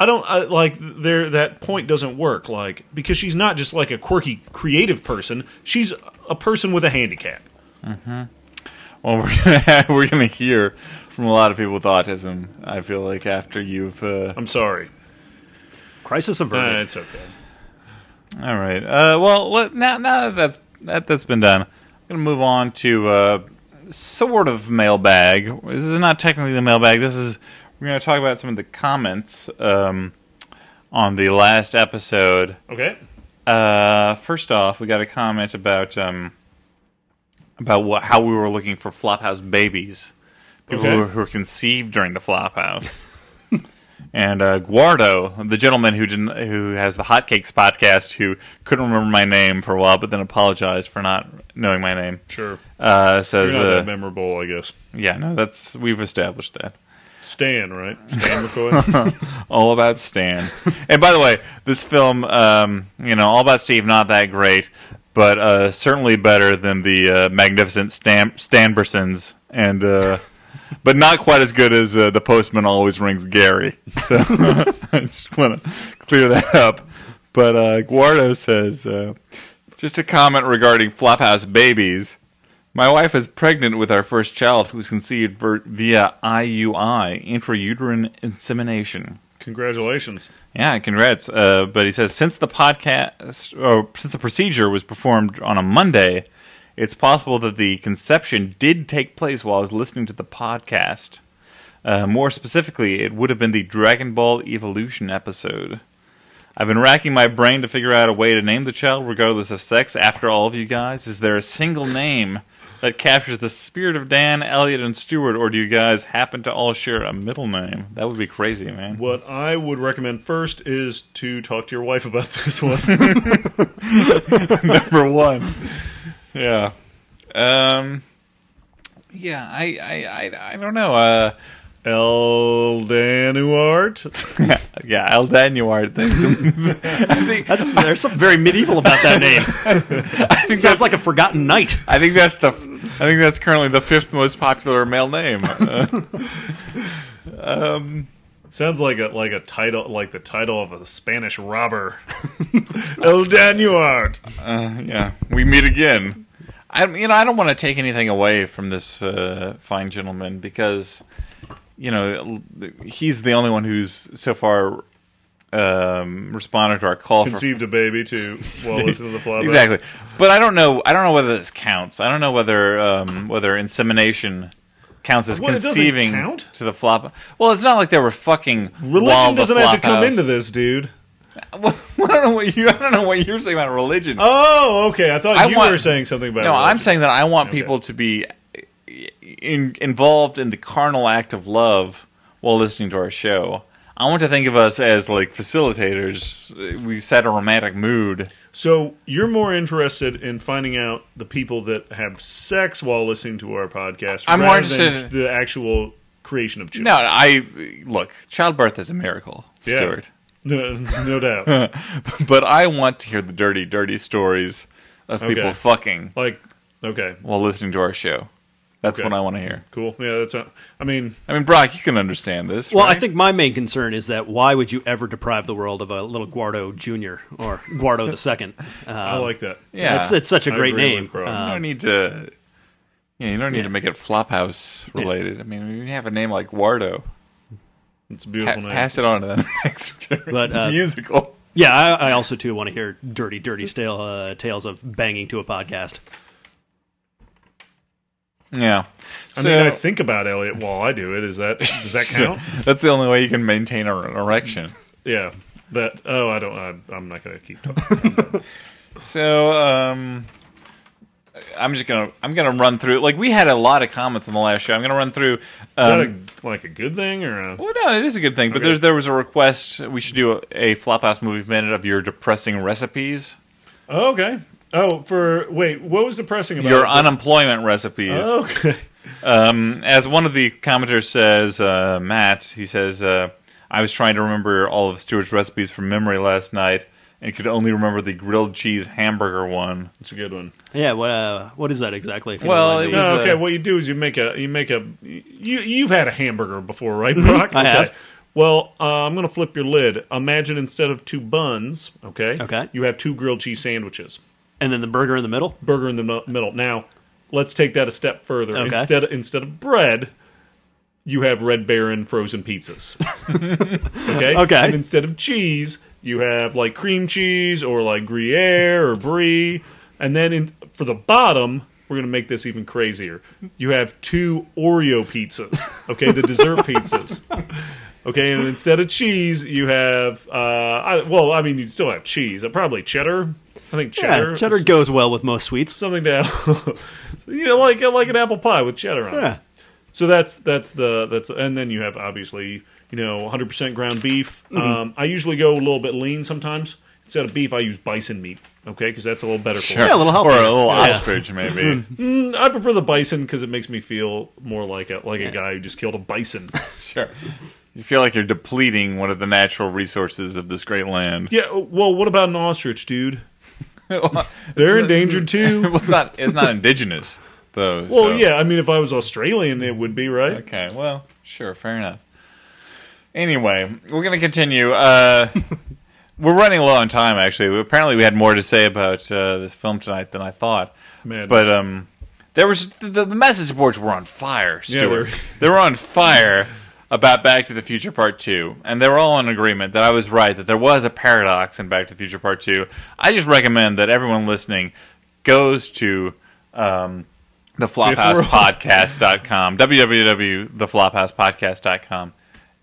S2: I don't I, like there. That point doesn't work, like because she's not just like a quirky creative person. She's a person with a handicap.
S1: [LAUGHS] well, we're gonna, [LAUGHS] we're gonna hear from a lot of people with autism. I feel like after you've uh,
S2: I'm sorry.
S3: Crisis
S2: Uh,
S3: averted.
S2: it's okay.
S1: All right. Uh, well, let, now now that that's that that's been done, I'm gonna move on to uh, sort of mailbag. This is not technically the mailbag. This is we're gonna talk about some of the comments um, on the last episode.
S2: Okay.
S1: Uh, first off, we got a comment about um, about what, how we were looking for Flophouse babies, people
S2: Okay.
S1: who, were- who were conceived during the Flophouse. [LAUGHS] and uh, Guardo, the gentleman who didn't, who has the Hotcakes podcast, who couldn't remember my name for a while, but then apologized for not knowing my name.
S2: Sure.
S1: Uh, says,
S2: You're not that
S1: uh,
S2: memorable, I guess.
S1: yeah, no, that's we've established that.
S2: Stan, right? Stan McCoy.
S1: All About Stan. and by the way, this film, um, you know, All About Steve, not that great, but uh, certainly better than the uh, magnificent Stan Stanbersons, and uh, but not quite as good as uh, the Postman Always Rings Gary. So [LAUGHS] I just want to clear that up. But uh, Guardo says, uh, just a comment regarding Flophouse babies. My wife is pregnant with our first child, who was conceived ver- via IUI, intrauterine insemination.
S2: Congratulations.
S1: Yeah, congrats. Uh, but he says since the podcast or since the procedure was performed on a Monday, it's possible that the conception did take place while I was listening to the podcast. Uh, more specifically, it would have been the Dragon Ball Evolution episode. I've been racking my brain to figure out a way to name the child, regardless of sex. After all of you guys, is there a single name that captures the spirit of Dan, Elliot, and Stewart, or do you guys happen to all share a middle name? That would be crazy, man.
S2: What I would recommend first is to talk to your wife about [LAUGHS] this one.
S1: number one. Yeah. Um. Yeah, I, I, I, I don't know. Uh, [LAUGHS]
S2: El Danuart.
S1: yeah, Eldan, you are. Thing.
S3: That's there's something very medieval about
S2: [LAUGHS]
S3: that name.
S1: I
S3: [LAUGHS]
S1: think
S3: Sounds
S1: that's
S3: like a forgotten knight.
S1: I think that's the. I think that's currently the fifth most popular male name. Uh,
S2: Sounds like a like a title like the title of a
S1: [LAUGHS]
S2: Spanish robber. El Danuart.
S1: yeah, we meet again. I, you know, I don't want to take anything away from this uh, fine gentleman because, you know, he's the only one who's so far um, responded to our call for
S2: Conceived a baby to well listen to the flop.
S1: exactly. But I don't know. I don't know whether this counts. I don't know whether um, whether insemination counts as
S2: What, it doesn't
S1: conceiving
S2: count?
S1: to the flop. Well, it's not like they were fucking. while
S2: Religion
S1: the
S2: doesn't have to
S1: flop
S2: come
S1: house-
S2: into this, dude.
S1: [LAUGHS] Well, I don't know what you. I don't know what you're saying about religion.
S2: Oh, okay. I thought
S1: I
S2: you
S1: want-
S2: were saying something about
S1: no, I'm
S2: religion.
S1: saying that I want people to be eh, in, involved in the carnal act of love while listening to our show. I want to think of us as like facilitators. We set a romantic mood.
S2: So you're more interested in finding out the people that have sex while listening to our podcast
S1: I'm more
S2: rather
S1: interested-
S2: than the actual creation of
S1: No,
S2: children.
S1: I look. Childbirth is a miracle,
S2: Yeah.
S1: Stuart.
S2: [LAUGHS] No, no
S1: [LAUGHS]
S2: doubt.
S1: but I want to hear the dirty, dirty stories of people
S2: Okay.
S1: fucking
S2: like, okay,
S1: while listening to our show. That's
S2: Okay.
S1: what I want to hear.
S2: cool. Yeah, that's. Not, I mean,
S1: I mean, Brock, you can understand this.
S3: Well,
S1: right?
S3: I think my main concern is that why would you ever deprive the world of a little Guardo Junior or Guardo the Second?
S1: [LAUGHS]
S3: Uh,
S1: Um,
S2: I like that.
S1: yeah,
S3: It's it's such a
S2: I
S3: great
S2: agree with
S3: name.
S2: Guardo.
S1: you
S3: Uh,
S1: don't need to. Yeah, you don't need to make it Flophouse related. I mean, you have a name like Wardo.
S2: It's a
S1: Pa-
S2: beautiful name.
S1: pass it on to the [LAUGHS] next
S3: But,
S1: it's a
S3: uh,
S1: musical.
S3: yeah, I, I also too want to hear dirty, dirty stale, uh, tales of banging to a podcast.
S1: Yeah.
S2: I
S1: So
S2: mean, I think about Elliot while I do it. Is that [LAUGHS] does that
S3: [LAUGHS]
S2: count?
S1: that's the only way you can maintain a- an erection.
S2: yeah. That oh, I don't. I, I'm not going to keep talking.
S1: So um I'm just gonna I'm gonna run through like we had a lot of comments on the last show. I'm gonna run through
S2: Is
S1: um,
S2: that a, like a good thing or a,
S1: well, no, it is a good thing, but
S2: Okay.
S1: there, there was a request we should do a, a Flophouse Movie Minute of your depressing recipes,
S2: oh, okay? Oh, for wait, what was depressing about
S1: your
S2: it?
S1: unemployment recipes. Mm,
S2: Oh, okay? [LAUGHS]
S1: As one of the commenters says, uh, Matt, he says, uh, I was trying to remember all of Stuart's recipes from memory last night and could only remember the grilled cheese hamburger one.
S2: It's a good one.
S3: Yeah, what uh, what is that exactly? if you
S1: Well,
S3: don't mind
S1: it
S3: me?
S1: was-
S2: No,
S1: uh,
S2: okay. What you do is you make a you make a you you've had a hamburger before, right, Brock?
S3: Mm-hmm. I
S2: okay.
S3: have.
S2: Well, uh, I'm going to flip your lid. Imagine instead of two buns, okay?
S3: Okay.
S2: You have two grilled cheese sandwiches,
S3: and then the burger in the middle.
S2: burger in the mi- middle. Now, let's take that a step further.
S3: Okay.
S2: Instead instead of bread, you have Red Baron frozen
S3: [LAUGHS]
S2: pizzas. okay?
S3: Okay.
S2: And instead of cheese, you have like cream cheese or like Gruyere or Brie. And then in, for the bottom, we're going to make this even crazier. You have two Oreo pizzas, okay, the
S3: [LAUGHS]
S2: dessert pizzas. Okay, and instead of cheese, you have, uh, I, well, I mean, you'd still have cheese, uh, probably cheddar. I think cheddar.
S3: yeah, cheddar goes well with most sweets.
S2: Something to, [LAUGHS] add- you know, like like an apple pie with cheddar on it.
S3: Yeah,
S2: So that's that's the that's and then you have obviously you know 100 percent ground beef.
S1: Mm-hmm.
S2: Um, I usually go a little bit lean sometimes. Instead of beef, I use bison meat. Okay, because that's a little better for
S1: Or-
S3: Yeah, a little healthy.
S1: Or a little
S3: Yeah.
S1: ostrich,
S2: [LAUGHS]
S1: maybe.
S2: me. I prefer the bison because it makes me feel more like a like a guy who just killed a bison. [LAUGHS]
S1: sure. You feel like you're depleting one of the natural resources of this great land.
S2: yeah. Well, what about an ostrich, dude?
S1: Well,
S2: [LAUGHS]
S1: [LAUGHS]
S2: They're endangered too.
S1: it's not it's not indigenous though.
S2: Well, yeah. I mean, if I was Australian, it would be right.
S1: Okay, well, sure, fair enough. Anyway, we're going to continue.
S2: [LAUGHS]
S1: Uh, we're running low on time, actually. Apparently, we had more to say about uh, this film tonight than I thought.
S2: Madness.
S1: But um, there was the, the message boards were on fire,
S2: Yeah, they were. [LAUGHS]
S1: Stuart. they were on fire about Back to the Future Part 2. And they were all in agreement that I was right, that there was a paradox in Back to the Future Part 2. I just recommend that everyone listening goes to um, the Flophouse
S2: Before-
S1: podcast.com www.theflophousepodcast.com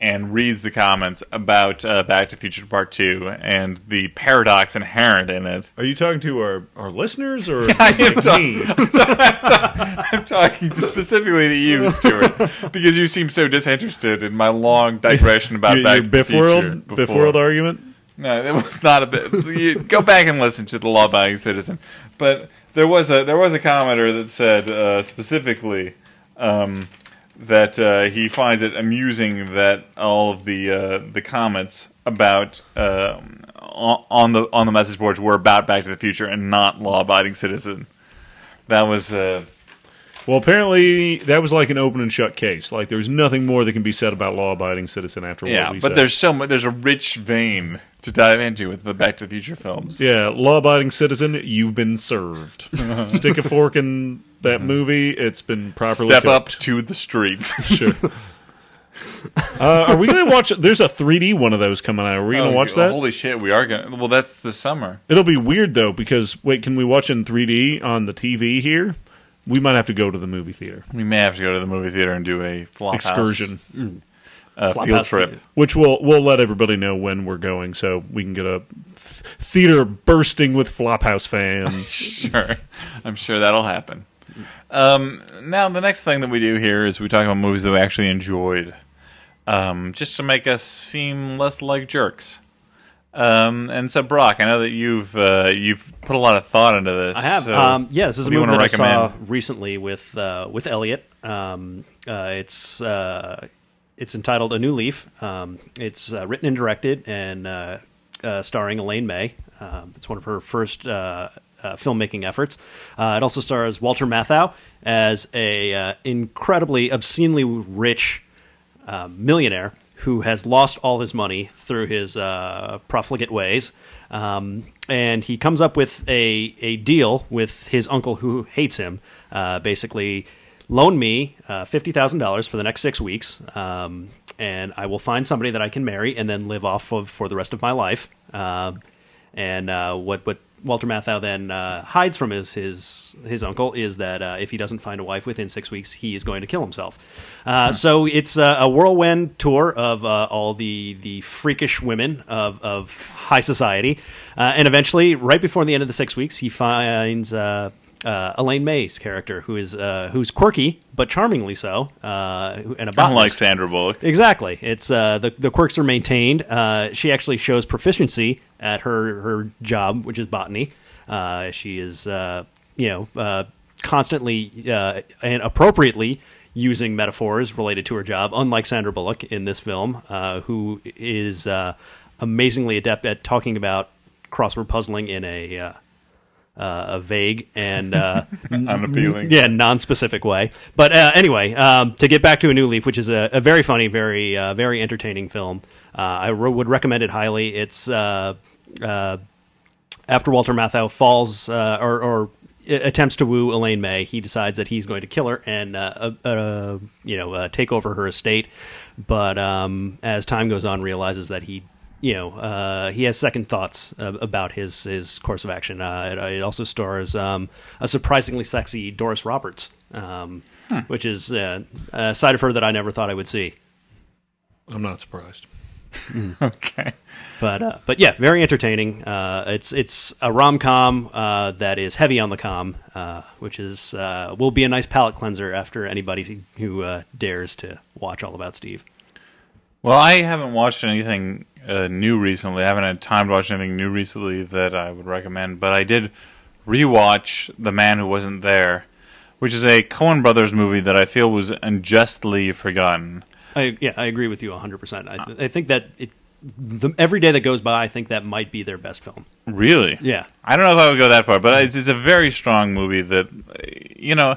S1: and reads the comments about uh, back to future part 2 and the paradox inherent in it
S2: Are you talking to our our listeners
S1: [LAUGHS]
S2: or
S1: I am
S2: like
S1: talking-
S2: me?
S1: i'm talking to specifically to you stuart because you seem so disinterested in my long digression about
S2: Your, your
S1: back to the
S2: Biff
S1: future
S2: World Biff World argument.
S1: No, it was not a bit. You, go back and listen to the Law Abiding Citizen. But there was a there was a commenter that said uh, specifically um, that uh, he finds it amusing that all of the uh, the comments about uh, on on the on the message boards were about Back to the Future and not Law Abiding Citizen. That was uh,
S2: Well, apparently that was like an open and shut case. Like there's nothing more that can be said about law-abiding citizen after
S1: yeah,
S2: what we
S1: but
S2: said.
S1: there's so much, there's a rich vein to dive into with the Back to the Future films.
S2: yeah, law-abiding citizen, you've been served. Stick a fork in that movie; it's been properly
S1: Step up
S2: cooked.
S1: to the streets. [LAUGHS]
S2: Sure. uh, are we going to watch? There's a 3D one of those coming out. Are we going to
S1: Oh,
S2: watch
S1: you-
S2: that?
S1: Holy shit, we are gonna. Well, that's this summer.
S2: It'll be weird though because wait, can we watch in 3D on the TV here? We might have to go to the movie theater
S1: We may have to go to the movie theater and do a flop
S2: excursion,
S1: uh,
S3: Flop
S1: field
S3: house
S1: trip.
S3: theater.
S2: which we'll we'll let everybody know when we're going, so we can get a th- theater bursting with Flophouse fans.
S1: [LAUGHS] Sure, I'm sure that'll happen. Um, now, the next thing that we do here is we talk about movies that we actually enjoyed, um, just to make us seem less like jerks. Um, and so, Brock, I know that you've uh, you've put a lot of thought into this.
S3: I have.
S1: so
S3: um, yeah, this is
S1: what
S3: a
S1: do you
S3: movie that
S1: wanna
S3: I saw
S1: recommend?
S3: recently with uh, with Elliot. Um, uh, it's uh, it's entitled A New Leaf. Um, it's uh, written and directed and uh, uh, starring Elaine May. Um, it's one of her first uh, uh, filmmaking efforts. Uh, it also stars Walter Matthau as a uh, incredibly obscenely rich uh, millionaire who has lost all his money through his uh, profligate ways. Um, and he comes up with a, a deal with his uncle who hates him. Uh, basically, loan me uh, $50,000 for the next six weeks, um, and I will find somebody that I can marry and then live off of for the rest of my life. Um, and uh, what, what Walter Matthau then uh, hides from his his his uncle is that uh, if he doesn't find a wife within six weeks, he is going to kill himself. Uh, So it's uh, a whirlwind tour of uh, all the the freakish women of of high society, uh, and eventually, right before the end of the six weeks, he finds. Uh, uh, Elaine May's character, who is uh, who's quirky but charmingly so, uh, who- and a botanist.
S1: Unlike Sandra Bullock.
S3: Exactly. It's uh, the the quirks are maintained. Uh, she actually shows proficiency at her her job, which is botany. Uh, she is uh, you know uh, constantly uh, and appropriately using metaphors related to her job, unlike Sandra Bullock in this film, uh, who is uh, amazingly adept at talking about crossword puzzling in a uh, uh, a vague and uh,
S1: Unappealing.
S3: yeah, non-specific way. But uh, anyway, um, to get back to A New Leaf, which is a, a very funny, very, uh, very entertaining film. Uh, I re- would recommend it highly. It's uh, uh, after Walter Matthau falls uh, or, or i- attempts to woo Elaine May, he decides that he's going to kill her and uh, uh, uh, you know uh, take over her estate. But um, as time goes on, realizes that he you know uh, he has second thoughts uh, about his his course of action. Uh, it, it also stars um, a surprisingly sexy Doris Roberts, um, which is uh, a side of her that I never thought I would see.
S2: [LAUGHS] I'm not surprised.
S1: Okay.
S3: but uh, but yeah, very entertaining. Uh, it's it's a rom com uh, that is heavy on the com, uh, which is uh, will be a nice palate cleanser after anybody who uh, dares to watch All About Steve.
S1: Well, I haven't watched anything uh, new recently. I haven't had time to watch anything new recently that I would recommend, but I did rewatch The Man Who Wasn't There, which is a Coen Brothers movie that I feel was unjustly forgotten.
S3: I, yeah, I agree with you 100. percent I, I think that it the, every day that goes by, I think that might be their best film.
S1: Really?
S3: Yeah.
S1: I don't know if I would go that far, but it's, it's a very strong movie that, uh, you know,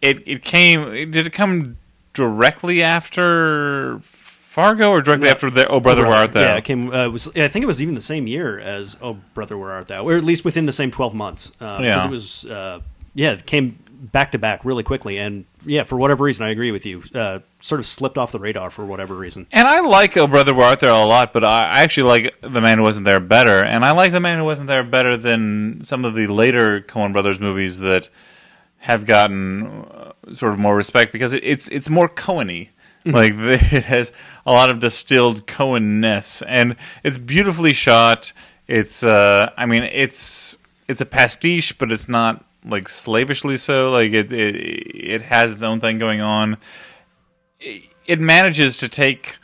S1: it it came. Did it come directly after Fargo or directly after the Oh Brother, Where Art Thou?
S3: Yeah, it came. Uh, it was I think it was even the same year as Oh Brother Where Art Thou, or at least within the same twelve months. Uh,
S1: Yeah.
S3: 'cause it was. Uh, yeah, it came back to back really quickly, and yeah, for whatever reason, I agree with you. Uh, sort of slipped off the radar for whatever reason.
S1: And I like Oh Brother Where Art Thou a lot, but I I actually like The Man Who Wasn't There better. And I like The Man Who Wasn't There better than some of the later Coen Brothers movies that have gotten uh, sort of more respect because it, it's it's more Coeny. Like [LAUGHS] the, it has a lot of distilled Cohen-ness, and it's beautifully shot. It's uh, I mean, it's it's a pastiche, but it's not like slavishly so. Like it it, it has its own thing going on it manages to take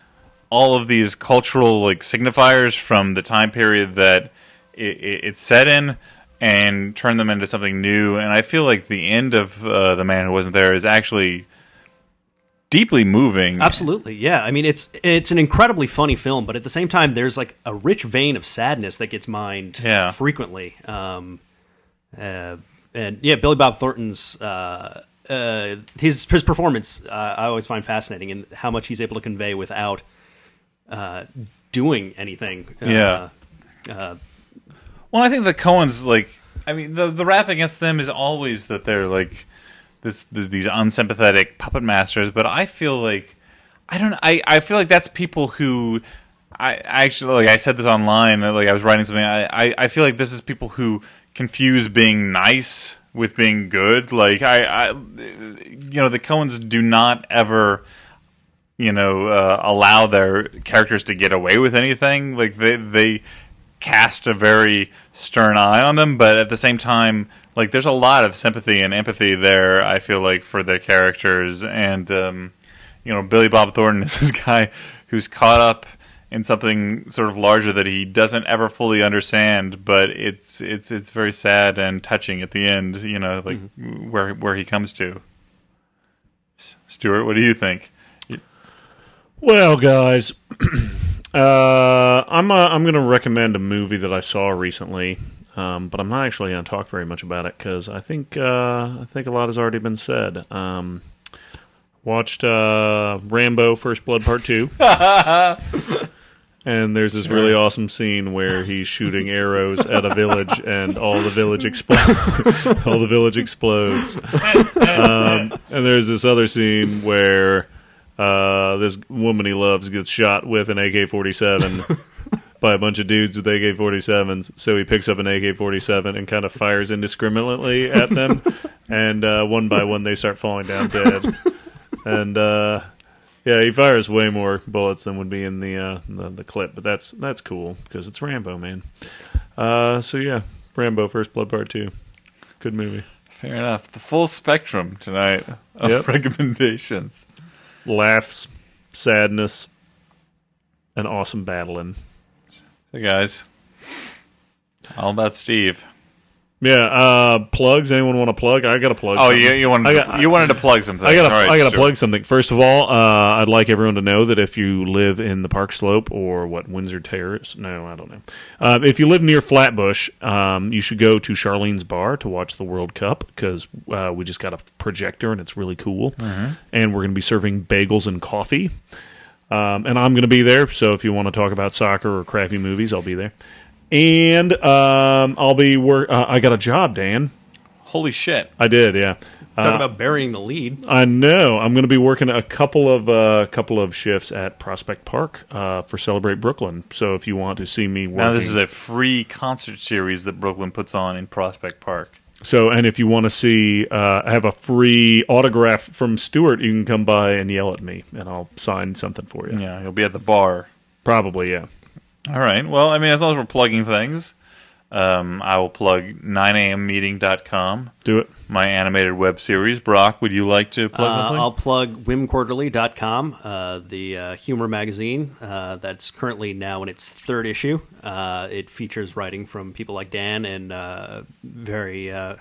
S1: all of these cultural like signifiers from the time period that it, it, it's set in and turn them into something new. And I feel like the end of uh, the man who wasn't there is actually deeply moving.
S3: Absolutely, yeah. I mean, it's it's an incredibly funny film, but at the same time, there's like a rich vein of sadness that gets mined
S1: Yeah.
S3: frequently. Um, uh, and yeah, Billy Bob Thornton's uh, uh, his his performance uh, I always find fascinating, and how much he's able to convey without uh, doing anything. Uh,
S1: Yeah. Uh, Well, I think the Coens like I mean the the rap against them is always that they're like this, th these unsympathetic puppet masters, but I feel like I don't I I feel like that's people who I I actually like I said this online like I was writing something I I, I feel like this is people who confuse being nice with being good like I I you know the Coens do not ever you know uh, allow their characters to get away with anything like they they cast a very stern eye on them but at the same time like there's a lot of sympathy and empathy there i feel like for their characters and um, you know billy bob thornton [LAUGHS] is this guy who's caught up in something sort of larger that he doesn't ever fully understand but it's it's it's very sad and touching at the end you know like where where he comes to S- stuart what do you think
S2: Well, guys, [CLEARS THROAT] uh, I'm uh, I'm going to recommend a movie that I saw recently, um, but I'm not actually going to talk very much about it because I think uh, I think a lot has already been said. Um, watched uh, Rambo: First Blood Part Two. And there's this really awesome scene where he's shooting arrows at a village, and all the village explodes. [LAUGHS] all the village explodes and there's this other scene where uh, this woman he loves gets shot with an AK-47, by a bunch of dudes with AK 47s. So he picks up an AK 47 and kind of fires indiscriminately at them. and uh, one by one, they start falling down dead. and uh, yeah, he fires way more bullets than would be in the uh, the, the clip. But that's that's cool because it's Rambo, man. Uh, so yeah, Rambo First Blood Part 2. Good movie.
S1: Fair enough. The full spectrum tonight of
S2: Yep.
S1: recommendations.
S2: Laughs, sadness, and awesome battling.
S1: So, guys, all about Steve.
S2: Yeah, uh, plugs. Anyone want to plug? I got to plug.
S1: Oh,
S2: something.
S1: you, you wanted
S2: I got-
S1: you wanted to plug something.
S2: I gotta,
S1: All right,
S2: I gotta
S1: Stuart.
S2: plug something. First of all, uh, I'd like everyone to know that if you live in the Park Slope or what Windsor Terrace, no, I don't know. Uh, if you live near Flatbush, um, you should go to Charlene's Bar to watch the World Cup because uh, we just got a projector and it's really cool.
S1: Mm-hmm.
S2: And we're gonna be serving bagels and coffee. Um, and I'm going to be there. So if you want to talk about soccer or crappy movies, I'll be there. And um, I'll be work. Uh, I got a job, Dan.
S1: Holy shit!
S2: I did, yeah.
S1: Uh,
S3: Talk about burying the lead.
S2: I know. I'm going to be working a couple of uh, couple of shifts at Prospect Park uh, for Celebrate Brooklyn. So if you want to see me working,
S1: Now this is a free concert series that Brooklyn puts on in Prospect Park.
S2: so and if you want to see, uh, I have a free autograph from Stewart. You can come by and yell at me, and I'll sign something for you.
S1: Yeah, you'll be at the bar.
S2: Probably, yeah.
S1: All right. Well, I mean, as long as we're plugging things, um, I will plug 9ammeeting.com,
S2: Do it.
S1: my animated web series. Brock, would you like to plug
S3: Uh,
S1: something?
S3: I'll plug whimquarterly.com, uh, the uh, humor magazine uh, that's currently now in its third issue. Uh, it features writing from people like Dan and uh, very uh,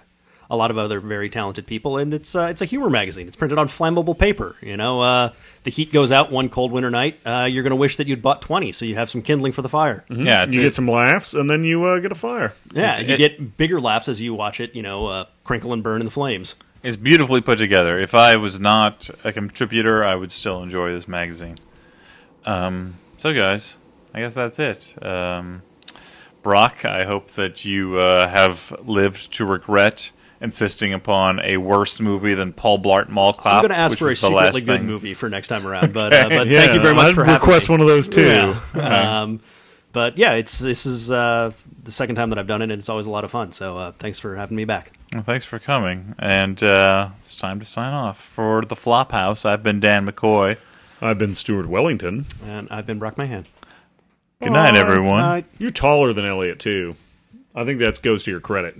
S3: a lot of other very talented people, and it's uh, it's a humor magazine. It's printed on flammable paper. You know, uh, the heat goes out one cold winter night. Uh, you're going to wish that you'd bought twenty, so you have some kindling for the fire.
S1: yeah, it's,
S2: You get some laughs, and then you uh, get a fire.
S3: Yeah,
S1: Mm-hmm. It's-
S3: you
S1: it-
S3: get bigger laughs as you watch it. You know, uh, crinkle and burn in the flames.
S1: it's beautifully put together. If I was not a contributor, I would still enjoy this magazine. Um, so, guys, I guess that's it. Um, Brock, I hope that you uh, have lived to regret insisting upon a worse movie than Paul Blart Mall Cop.
S3: I'm going to ask
S1: which
S3: for a
S1: was the last
S3: secretly good
S1: thing.
S3: movie for next time around. But, uh, but
S2: Yeah,
S3: thank you very much
S2: I'd
S3: for having
S2: request
S3: me.
S2: one of those too.
S3: Yeah. um, but yeah, it's this is uh, the second time that I've done it, and it's always a lot of fun. So uh, thanks for having me back.
S1: Well, thanks for coming. And uh, it's time to sign off. For The Flop House, I've been Dan McCoy.
S2: I've been Stewart Wellington.
S3: And I've been Brock Mahan.
S1: Good night, everyone.
S3: Night.
S2: You're taller than Elliot too. I think that goes to your credit.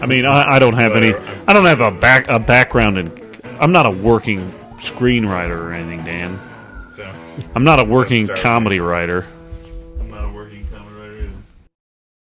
S2: I mean, I, I don't have any. I don't have a back a background in. I'm not a working screenwriter or anything, Dan. I'm not a working comedy writer.